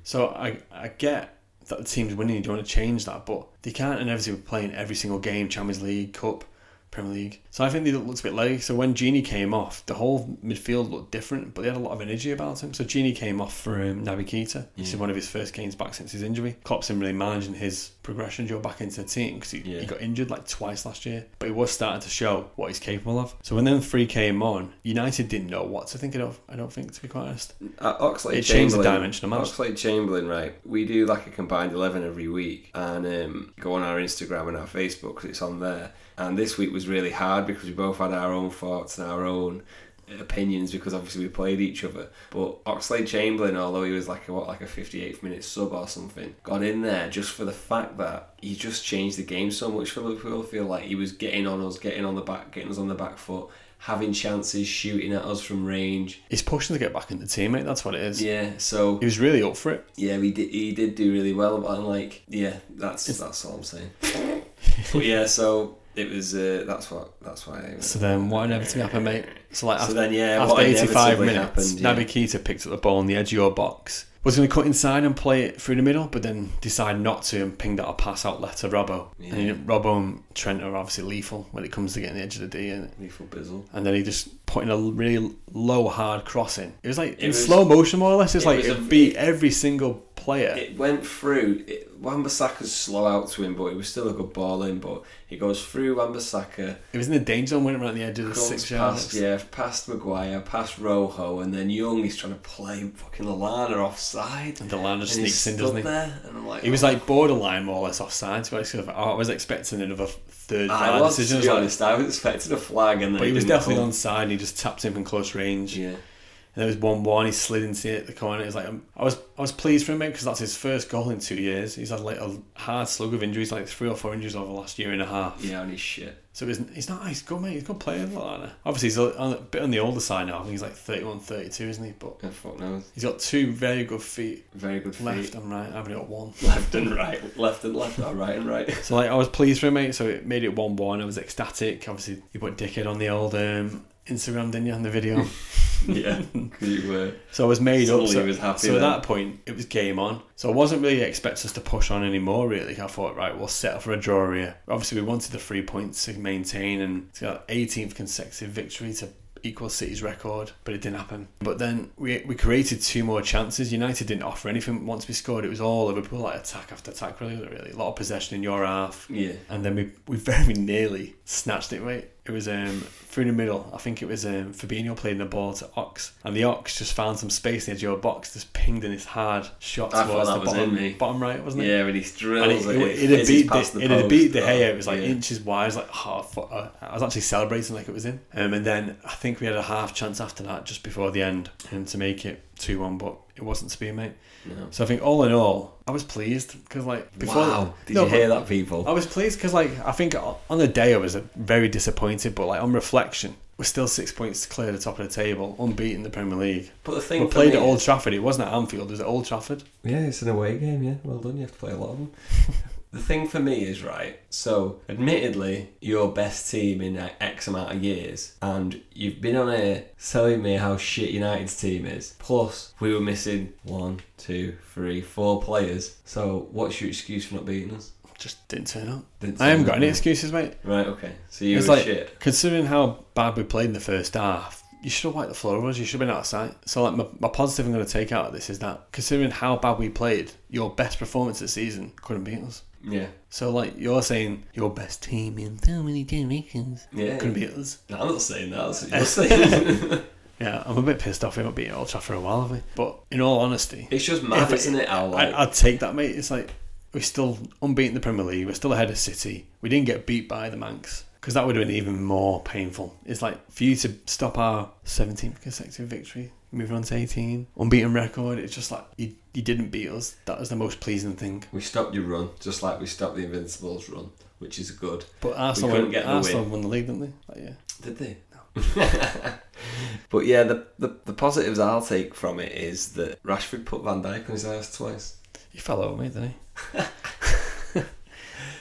so I I get that the team's winning. You don't want to change that, but they can't inevitably be playing every single game, Champions League, Cup, Premier League. So I think they looked a bit leggy. So when Genie came off, the whole midfield looked different, but they had a lot of energy about him. So Genie came off for um, Naby Keita. This is Mm. one of his first games back since his injury. Klopp's been really managing his progression Joe back into the team because he, Yeah. he got injured like twice last year, but he was starting to show what he's capable of. So when them three came on, United didn't know what to think of. I don't think, to be quite honest. at Oxlade It Chamberlain, changed the dimension of match. Oxlade Chamberlain, right? We do like a combined eleven every week, and um, go on our Instagram and our Facebook 'cause it's on there. And this week was really hard because we both had our own thoughts and our own opinions because obviously we played each other. But Oxlade Chamberlain, although he was like a, what, like a 58th minute sub or something, got in there just for the fact that he just changed the game so much for Liverpool. I feel like he was getting on us, getting on the back, getting us on the back foot, having chances, shooting at us from range. He's pushing to get back into team, mate. That's what it is. Yeah, so He was really up for it. yeah, we did. He did do really well, and like, yeah, that's that's all I'm saying. but yeah, so it was. Uh, that's what. That's why. I, So then, what inevitably happened, mate? So like, So after, then, yeah, after what 85 inevitably minutes, happened, yeah. Naby Keita picked up the ball on the edge of your box. Was going to cut inside and play it through the middle, but then decided not to and pinged out a pass out left to Robbo. And Robbo and Trent are obviously lethal when it comes to getting the edge of the D, and, Lethal Bizzle. and then he just put in a really low, hard crossing. It was like in was- slow motion, more or less. It's it like was it a- beat every single player. It went through. It, Wan-Bissaka's slow out to him, but it was still a good ball in. But it goes through Wan-Bissaka, It was in the danger zone when it ran the edge of the comes six past, yards. yeah, past Maguire, past Rojo, and then Young is trying to play fucking Lallana offside. And Delano just And he's sneaks in, stood doesn't he? there, and I'm like, He was oh, like borderline more or less offside. So I was, I was expecting another third I VAR Ah, was, decision. to I be was like, honest, I was expecting a flag, and then but it he was didn't definitely come. onside and he just tapped him from close range. Yeah. And there was one one. He slid into it at the corner. It was like um, I was I was pleased for him because that's his first goal in two years. He's had like a hard slug of injuries, like three or four injuries over the last year and a half. Yeah, and his shit. So he's, he's not he's good mate. He's a good player. Lallana. Obviously he's a, on a bit on the older side now. I think he's like 31, 32, isn't he? But Yeah, Oh, fuck knows. he's got two very good feet, Very good feet. left and right. I've only got one. Left and right. Left and left. Or right and right. So like I was pleased for him, mate. So it made it one one. I was ecstatic. Obviously, you put dickhead on the old um, Instagram, didn't you, on the video? yeah. Because you were. so I was made up. Suddenly So, he was happy so at then. that point, it was game on. So I wasn't really expecting us to push on anymore. Really, I thought, right, we'll settle for a draw here. Obviously, we wanted the three points to maintain and to get our 18th consecutive victory to equal City's record, but it didn't happen. But then we, we created two more chances. United didn't offer anything once we scored. It was all Liverpool, like attack after attack, really, really. A lot of possession in your half. Yeah. And then we, we very nearly snatched it, mate. It was um, through the middle. I think it was um, Fabinho playing the ball to Ox. And the Ox just found some space in the edge of your box, just pinged in his hard shot I thought towards that the was bottom, in, mate. bottom right, wasn't it? Yeah, when he And drills it, it, it, it, it, had beat past the, the it had post. Oh, beat the hair. It was like Yeah. inches wide. I was like, oh, fuck. uh, I was actually celebrating like it was in. Um, and then I think we had a half chance after that, just before the end, um, to make it two one, but it wasn't to be, mate. No. So I think all in all, I was pleased because like before. wow. Did No, you but- hear that, people? I was pleased because, like, I think on the day I was very disappointed, but like on reflection, we're still six points clear at the top of the table, unbeaten in the Premier League. but the thing We for played me at Old is- Trafford. It wasn't at Anfield. It was at Old Trafford. Yeah, it's an away game. Yeah, well done. You have to play a lot of them. the thing for me is right. So, admittedly, your best team in like, X amount of years, and you've been on here telling me how shit United's team is. Plus, we were missing one, two, three, four players. So, what's your excuse for not beating us? Just didn't turn up. Didn't I haven't say got any that. excuses, mate. Right. Okay. So you it's were like shit. considering how bad we played in the first half. You should have wiped the floor with us. You should have been outside. So, like, my, my positive I'm going to take out of this is that considering how bad we played, your best performance this season couldn't beat us. Yeah. So, like, you're saying your best team in so many generations Yeah. couldn't beat us. No, I'm not saying that. That's what you're saying. Yeah, I'm a bit pissed off. We might be at Old Trafford for a while, have we? But in all honesty, it's just mad, If it- isn't it? How like I, I'd take that, mate. It's like we're still unbeaten in the Premier League. We're still ahead of City. We didn't get beat by the Manx because that would have been even more painful. It's like for you to stop our 17th consecutive victory, moving on to 18, unbeaten record. It's just like you, you didn't beat us. That was the most pleasing thing. we stopped your run, just like we stopped the Invincibles run, which is good. But Arsenal, couldn't won, get the Arsenal win. won the league, didn't they? Like, yeah. Did they? but yeah, the, the the positives I'll take from it is that Rashford put Van Dijk on his ass twice. He fell over me, didn't he?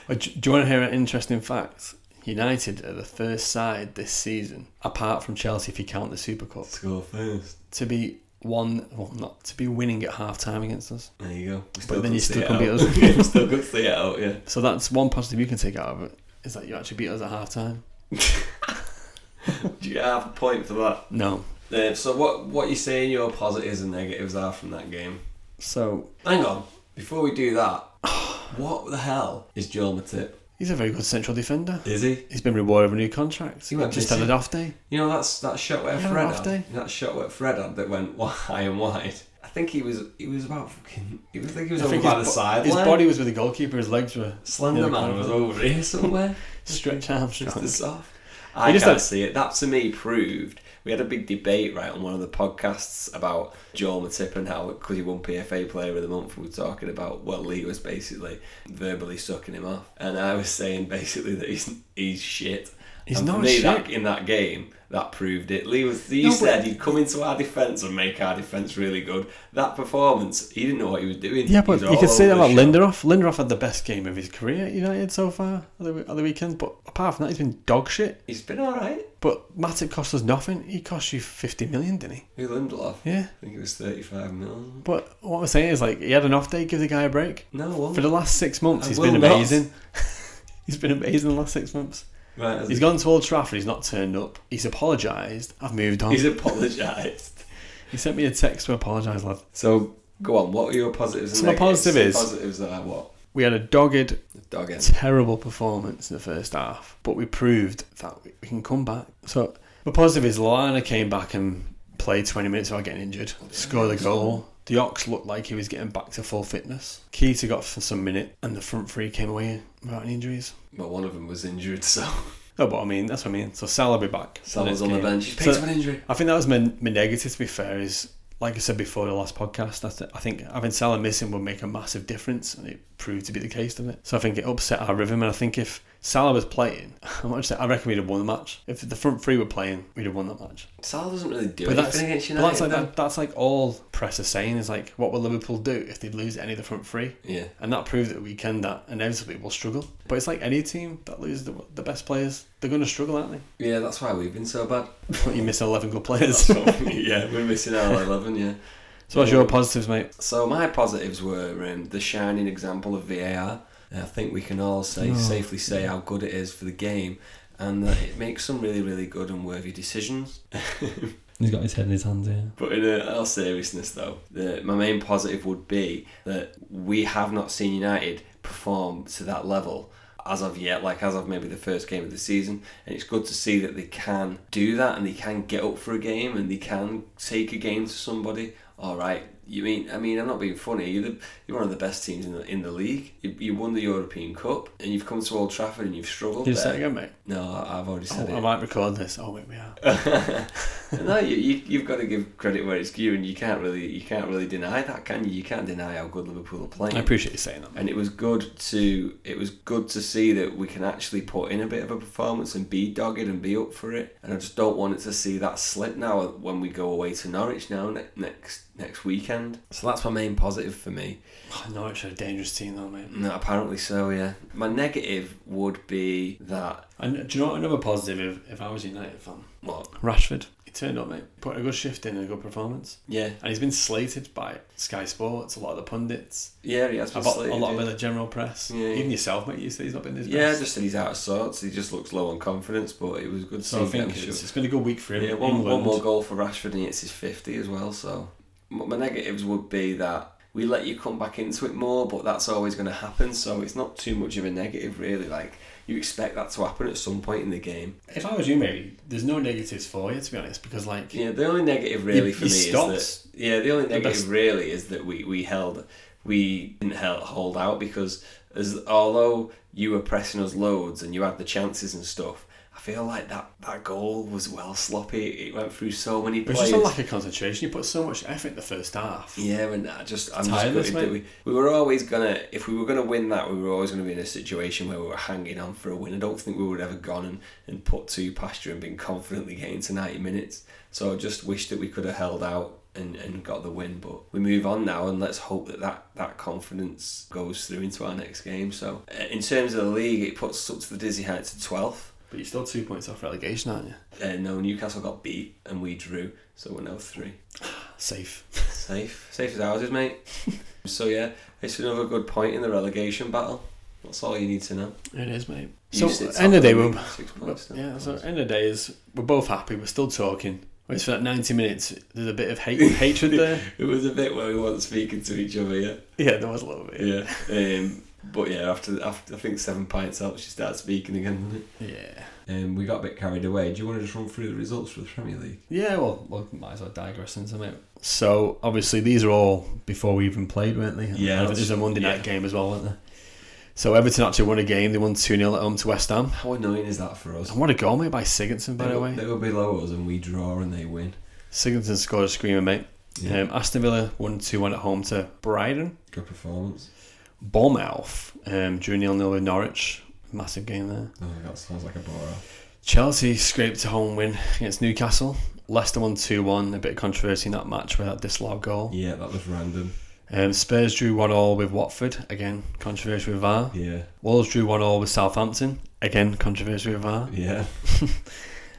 Uh, do, do you want to hear an interesting fact? United are the first side this season, apart from Chelsea, if you count the Super Cup, Score first. to be one, well, not to be winning at half time against us. There you go. We then couldn't you see still it couldn't out. beat us. We still could see it out, yeah. So that's one positive you can take out of it is that you actually beat us at half time. Do you get half a point for that? No. Uh, so what what you saying your positives and negatives are from that game? So Hang on, before we do that, what the hell is Joel Matip? he's a very good central defender. Is he? He's been rewarded with a new contract. He went just had missing. an off day. You know that's that shot where Yeah, Fred off had, day. that shot where Fred had that went high and wide. I think he was he was about fucking. He was, I think he was I over think by the his, bo- sideline. his body was with the goalkeeper. His legs were Slender Yeah, man kind was of. over here somewhere. stretched out. Just as off. I just can't had- see it. That to me proved We had a big debate right on one of the podcasts about Joel Matip and how because he won PFA Player of the Month, we were talking about well, Lee was basically verbally sucking him off, and I was saying basically that he's he's shit. He's And for not me, That, shit. in that game. That proved it. Lee was. He No, but- said he'd come into our defence and make our defence really good. That performance, he didn't know what he was doing. Yeah, He but was you all could say that over about the shop. Lindelof. Lindelof had the best game of his career at United so far at the, at the weekend, but apart from that, he's been dog shit. He's been all right. But Matic cost us nothing. He cost you 50 million, didn't he? Who Lindelof? Yeah. I think it was thirty-five million. But what I'm saying is, like, he had an off day, give the guy a break. No one. For the last six months, I he's will been not. amazing. he's been amazing the last six months. Right, as He's gone to Old Trafford, he's not turned up. He's apologised. I've moved on. He's apologised. He sent me a text to apologise, lad. So go on. What are your positives? So and my negatives? positive is- positives are what We had a dogged, the dog end. terrible performance in the first half, but we proved that we we can come back. So the positive is Lana came back and played 20 minutes without getting injured, scored a goal. The Ox looked like he was getting back to full fitness. Keita got for some minute, and the front three came away without any injuries. But one of them was injured, so No, but I mean, that's what I mean. So Salah will be back. Salah's Next on the game. bench. He's picked So- up an injury. I think that was my, my negative, to be fair, is like I said before the last podcast, I, th- I think having Salah missing would make a massive difference, and it proved to be the case, didn't it? So I think it upset our rhythm, and I think if Salah was playing, I'm actually, I reckon we'd have won the match. If the front three were playing, we'd have won that match. Salah doesn't really do But that's, anything against but United. that's, like, though. that, that's like all press is saying is like, what will Liverpool do if they lose any of the front three? Yeah. And that proved at the weekend that inevitably we'll struggle. But it's like any team that loses the, the best players, they're going to struggle, aren't they? Yeah, that's why we've been so bad. You miss 11 good players. That's what we- yeah, we're missing our eleven. Yeah. so what's your positives, mate? So my positives were um, the shining example of VAR. I think we can all say Oh, safely say how good it is for the game, and that it makes some really really good and worthy decisions. He's got his head in his hands, yeah. But in uh, all seriousness, though, the, my main positive would be that we have not seen United perform to that level as of yet, like as of maybe the first game of the season. And it's good to see that they can do that and they can get up for a game and they can take a game to somebody. All right, you mean? I mean, I'm not being funny. You're, the, you're one of the best teams in the, in the league. You, you won the European Cup and you've come to Old Trafford and you've struggled. You said there. again, mate. No, I- I've already Oh, said it. I might record this. Oh wait, we are. no, you, you you've got to give credit where it's due, and you can't really you can't really deny that, can you? You can't deny how good Liverpool are I playing. appreciate you saying that. mate. And it was good to it was good to see that we can actually put in a bit of a performance and be dogged and be up for it. And I just don't want it to see that slip now when we go away to Norwich now ne- next next weekend. So that's my main positive for me. Oh, Norwich are a dangerous team, though, mate. No, apparently so, yeah. My negative would be that And do you know what another positive? If, if I was a United fan, what? Rashford, he turned up, mate. Put a good shift in and a good performance. Yeah, And he's been slated by Sky Sports, a lot of the pundits, yeah, he has been about, a slated, lot yeah. of the general press, Yeah, yeah. even yourself, mate. You say he's not been this Yeah, I best. just said he's out of sorts. He just looks low on confidence, but it was good to so I see him. think get him it's, shut. it's been a good week for him. Yeah, one, one England. more goal for Rashford, and it's his 50 as well. So, M- my negatives would be that we let you come back into it more, but that's always going to happen. So, it's not too much of a negative, really. Like, you expect that to happen at some point in the game. If I was you, mate, there's no negatives for you to be honest, because like Yeah, the only negative really He- for he me stops. is that yeah, the only negative best- really is that we we held we didn't held, hold out because as although you were pressing us loads and you had the chances and stuff, I feel like that that goal was well sloppy. It went through so many it was players. just a lack of concentration. You put so much effort in the first half. Yeah, and I just I'm Tireless, just gutted that we, we were always gonna if we were gonna win that we were always gonna be in a situation where we were hanging on for a win. I don't think we would have ever gone and, and put two past you and been confidently getting to ninety minutes. So I just wish that we could have held out and, and got the win. But we move on now and let's hope that, that that confidence goes through into our next game. So uh, in terms of the league, it puts us up to the dizzy height to twelfth. But you're still two points off relegation, aren't you? Uh, no, Newcastle got beat and we drew, so we're now three. Safe. Safe. Safe as ours is, mate. so, yeah, it's another good point in the relegation battle. That's all you need to know. It is, mate. You So sit end of the day, top we're, of the league, six points, we're- seven yeah. So points. end of the day is we're both happy. We're still talking. Whereas for that ninety minutes, there's a bit of hate, hatred there. It was a bit where we weren't speaking to each other, yeah. Yeah, there was a little bit. Yeah. Um, but yeah, after, after I think seven pints helps you start speaking again, doesn't Yeah. it? Um, we got a bit carried away. Do you want to just run through the results for the Premier League? Yeah. Well, look, might as well digress into it. So obviously these are all before we even played, weren't they? Yeah, And that's- There's a Monday night yeah. game as well, weren't there? So Everton actually won a game. They won 2 0 at home to West Ham. How annoying is that for us? And what a goal made by Sigurdsson, by they, the were- way. they were below us and we draw and they win. Sigurdsson scored a screamer, mate. Yeah. Um, Aston Villa won 2 1 at home to Brighton. Good performance. Bournemouth um, drew 0 0 with Norwich. Massive game there. Oh, that sounds like a bore. Chelsea scraped a home win against Newcastle. Leicester won 2 1. A bit of controversy in that match with that disallowed goal. Yeah, that was random. Um, Spurs drew 1 all with Watford. Again, controversy with VAR. Yeah, Wolves drew 1 all with Southampton. Again, controversy with VAR. yeah.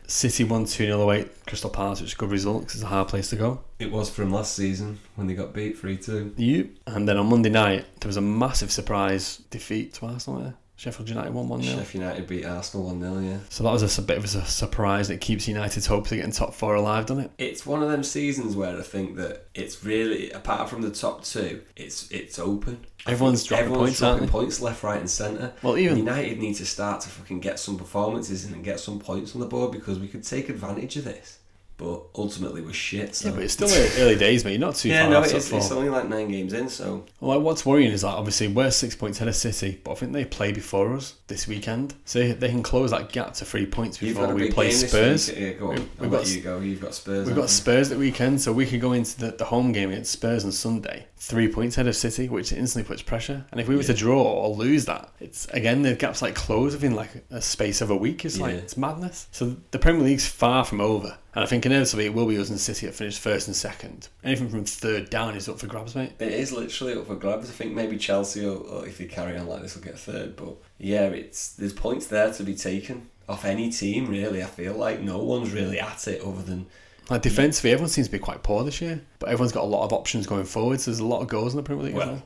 City won 2 0 away at Crystal Palace, which is a good result 'cause it's a hard place to go. It was from last season when they got beat 3 2. Yep. And then on Monday night, there was a massive surprise defeat to Arsenal there. Sheffield United won 1 0. Sheffield United beat Arsenal 1 0, yeah. So that was a s- bit of a su- surprise and it keeps United's hopes of getting top four alive, doesn't it? It's one of them seasons where I think that it's really, apart from the top two, it's it's open. Everyone's dropping Everyone's points, dropping aren't they? points left, right, and centre. Well, even- United need to start to fucking get some performances in and get some points on the board because we could take advantage of this. But ultimately, we're shit. So. Yeah, but it's still early- early days, mate. You're not too yeah, far no, off it's, top four. it's only like nine games in, so Well, like, what's worrying is that obviously we're six points ahead of City, but I think they play before us this weekend, so they- they can close that gap to three points you've got before a we big play game this Spurs. week. Yeah, go on. We- I'll we've let got- you go. You've got Spurs. We've haven't got you? Spurs that weekend, so we could go into the, the home game against Spurs on Sunday, three points ahead of City, which instantly puts pressure. And if we were to draw or lose that, it's again the gap's like closed within like a space of a week. It's like Yeah. it's madness. So the Premier League's far from over, and I think inevitably it will be us and City that finish first and second. Anything from third down is up for grabs, mate. It is literally up for grabs. I think maybe Chelsea, or, or if they carry on like this, will get third. But yeah, it's there's points there to be taken off any team. Really, I feel like no one's really at it other than Like defensively, everyone seems to be quite poor this year, but everyone's got a lot of options going forward. So there's a lot of goals in the Premier League. as Well, well.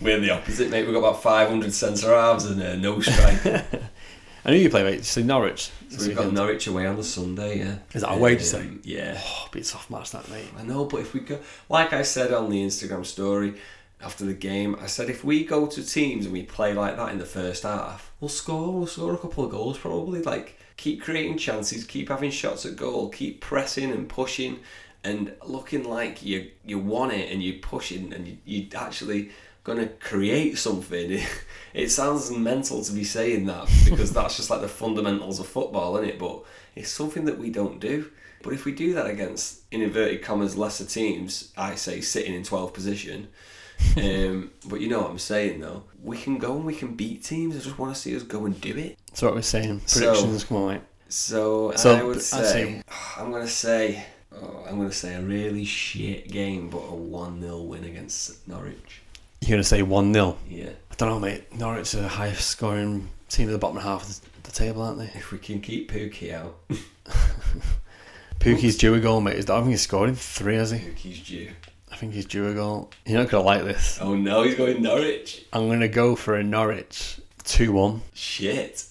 we're the opposite, mate. We've got about 500 centre halves and uh, no striker. I know you play, mate. So Norwich. so we've got Norwich away on the Sunday. Yeah, Is that away, did you say? Um, Yeah. Oh, be a soft match that, mate. I know, but if we go, like I said on the Instagram story after the game, I said if we go to teams and we play like that in the first half, we'll score. We'll score a couple of goals probably. Like keep creating chances, keep having shots at goal, keep pressing and pushing, and looking like you you want it and you're pushing and you, you're actually gonna create something. It sounds mental to be saying that because that's just like the fundamentals of football, isn't it? But it's something that we don't do. But if we do that against in inverted commas lesser teams, I say sitting in 12th position. um, but you know what I'm saying though. We can go and we can beat teams. I just want to see us go and do it. So what we're saying. So- Predictions, come on, mate. So, So, I would I'd say, say- I'm gonna say oh, I'm gonna say a really shit game, but a one 0 win against Norwich. You're gonna say one 0 Yeah, I don't know, mate. Norwich are the highest scoring team at the bottom half of the, the table, aren't they? if we can keep Pookie out, Pookie's due a goal, mate. He's- I think he's scored in three, has he? Pookie's due. I think he's due a goal. You're not gonna like this. Oh no, he's going Norwich. I'm gonna go for a Norwich two one. Shit.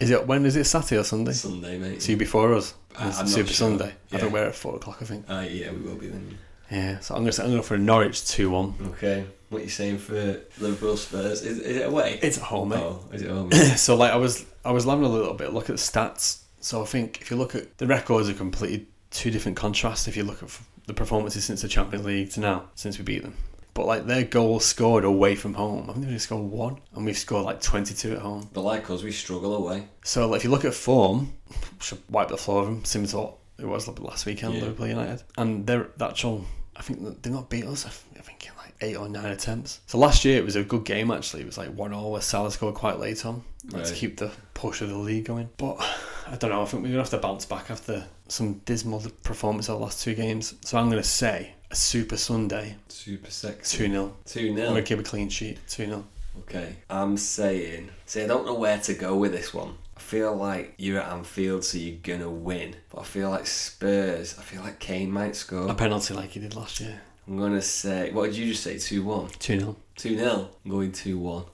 Is it when is it Saturday or Sunday? Sunday, mate. See before us. Uh, It's I'm not Super sure. Sunday. I Yeah. think we're at four o'clock. I think. Uh, yeah, we will be then. Yeah. So I'm gonna say, I'm gonna go for a Norwich two one. Okay, what are you saying for Liverpool Spurs? Is, is it away? It's at home, mate. Oh, is it home? so like I was I was having a little bit of look at the stats. So I think if you look at the records are completely two different contrasts if you look at f- the performances since the Champions League to now, since we beat them. But like their goals scored away from home. I think they only scored one and we've scored like twenty two at home. but like us, we struggle away. So like, if you look at form, should wipe the floor of them, similar to what it was last weekend, Yeah. Liverpool United. And they're that show, I think that they've not beat us, I think- I think in like eight or nine attempts. So last year it was a good game actually. It was like 1 0 where Salah scored quite late on like, to Right. keep the push of the league going. But I don't know, I think we're going to have to bounce back after some dismal performance of the last two games. So I'm going to say a Super Sunday Super sexy. 2 0. Two I'm nil. going to keep a clean sheet 2 0. Okay, I'm saying. See, I don't know where to go with this one. I feel like you're at Anfield, so you're gonna win. But I feel like Spurs. I feel like Kane might A score. penalty like he did last year I'm gonna say. What did you just say? Two one. 2 0. Two nil. I'm going two one.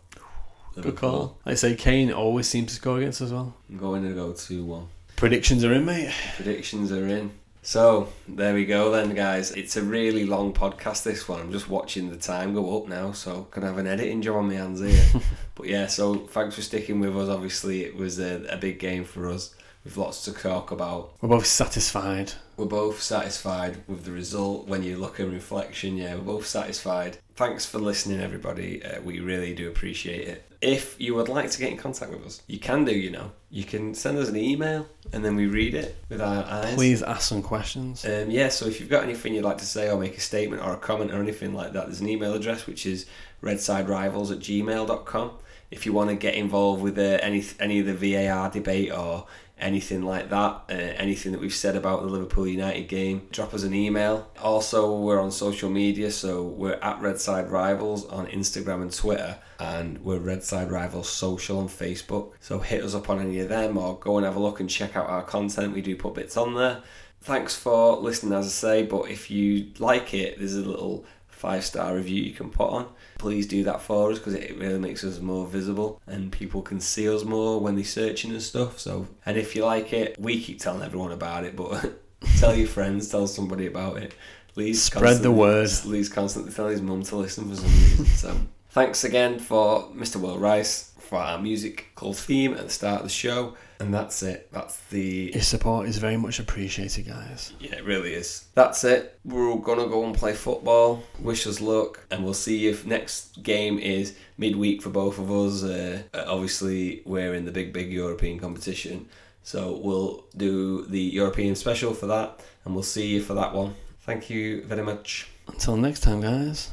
Good call. Like I say, Kane always seems to score against us as well. I'm going to go two one. Predictions are in, mate. Predictions are in. So there we go then, guys. It's a really long podcast this one. I'm just watching the time go up now, so can have an editing job on my hands here. but yeah, so thanks for sticking with us. Obviously, it was a, a big game for us. We've lots to talk about. We're both satisfied We're both satisfied with the result. When you look in reflection, yeah, we're both satisfied. Thanks for listening, everybody. Uh, we really do appreciate it. If you would like to get in contact with us, you can do. You know, you can send us an email, and then we read it with our eyes. Please ask some questions. Um, yeah, so if you've got anything you'd like to say or make a statement or a comment or anything like that, there's an email address which is redsiderivals at gmail.com. If you want to get involved with uh, any, any of the VAR debate or anything like that, uh, anything that we've said about the Liverpool United game, drop us an email. Also, we're on social media, so we're at Redside Rivals on Instagram and Twitter, and we're Redside Rivals Social on Facebook. So hit us up on any of them or go and have a look and check out our content. We do put bits on there thanks for listening as i say but if you like it there's a little five star review you can put on please do that for us because it really makes us more visible and people can see us more when they're searching and stuff so and if you like it we keep telling everyone about it but tell your friends tell somebody about it Lee's Spread the word. Lee's constantly telling his mum to listen for some reason so thanks again for mr will rice for our musical theme at the start of the show and that's it that's the Your support is very much appreciated, guys. yeah, it really is. That's it. We're all gonna go and play football. Wish us luck, and we'll see if next game is midweek for both of us. Uh, obviously, we're in the big, big European competition, so we'll do the European special for that, and we'll see you for that one. Thank you very much. Until next time, guys.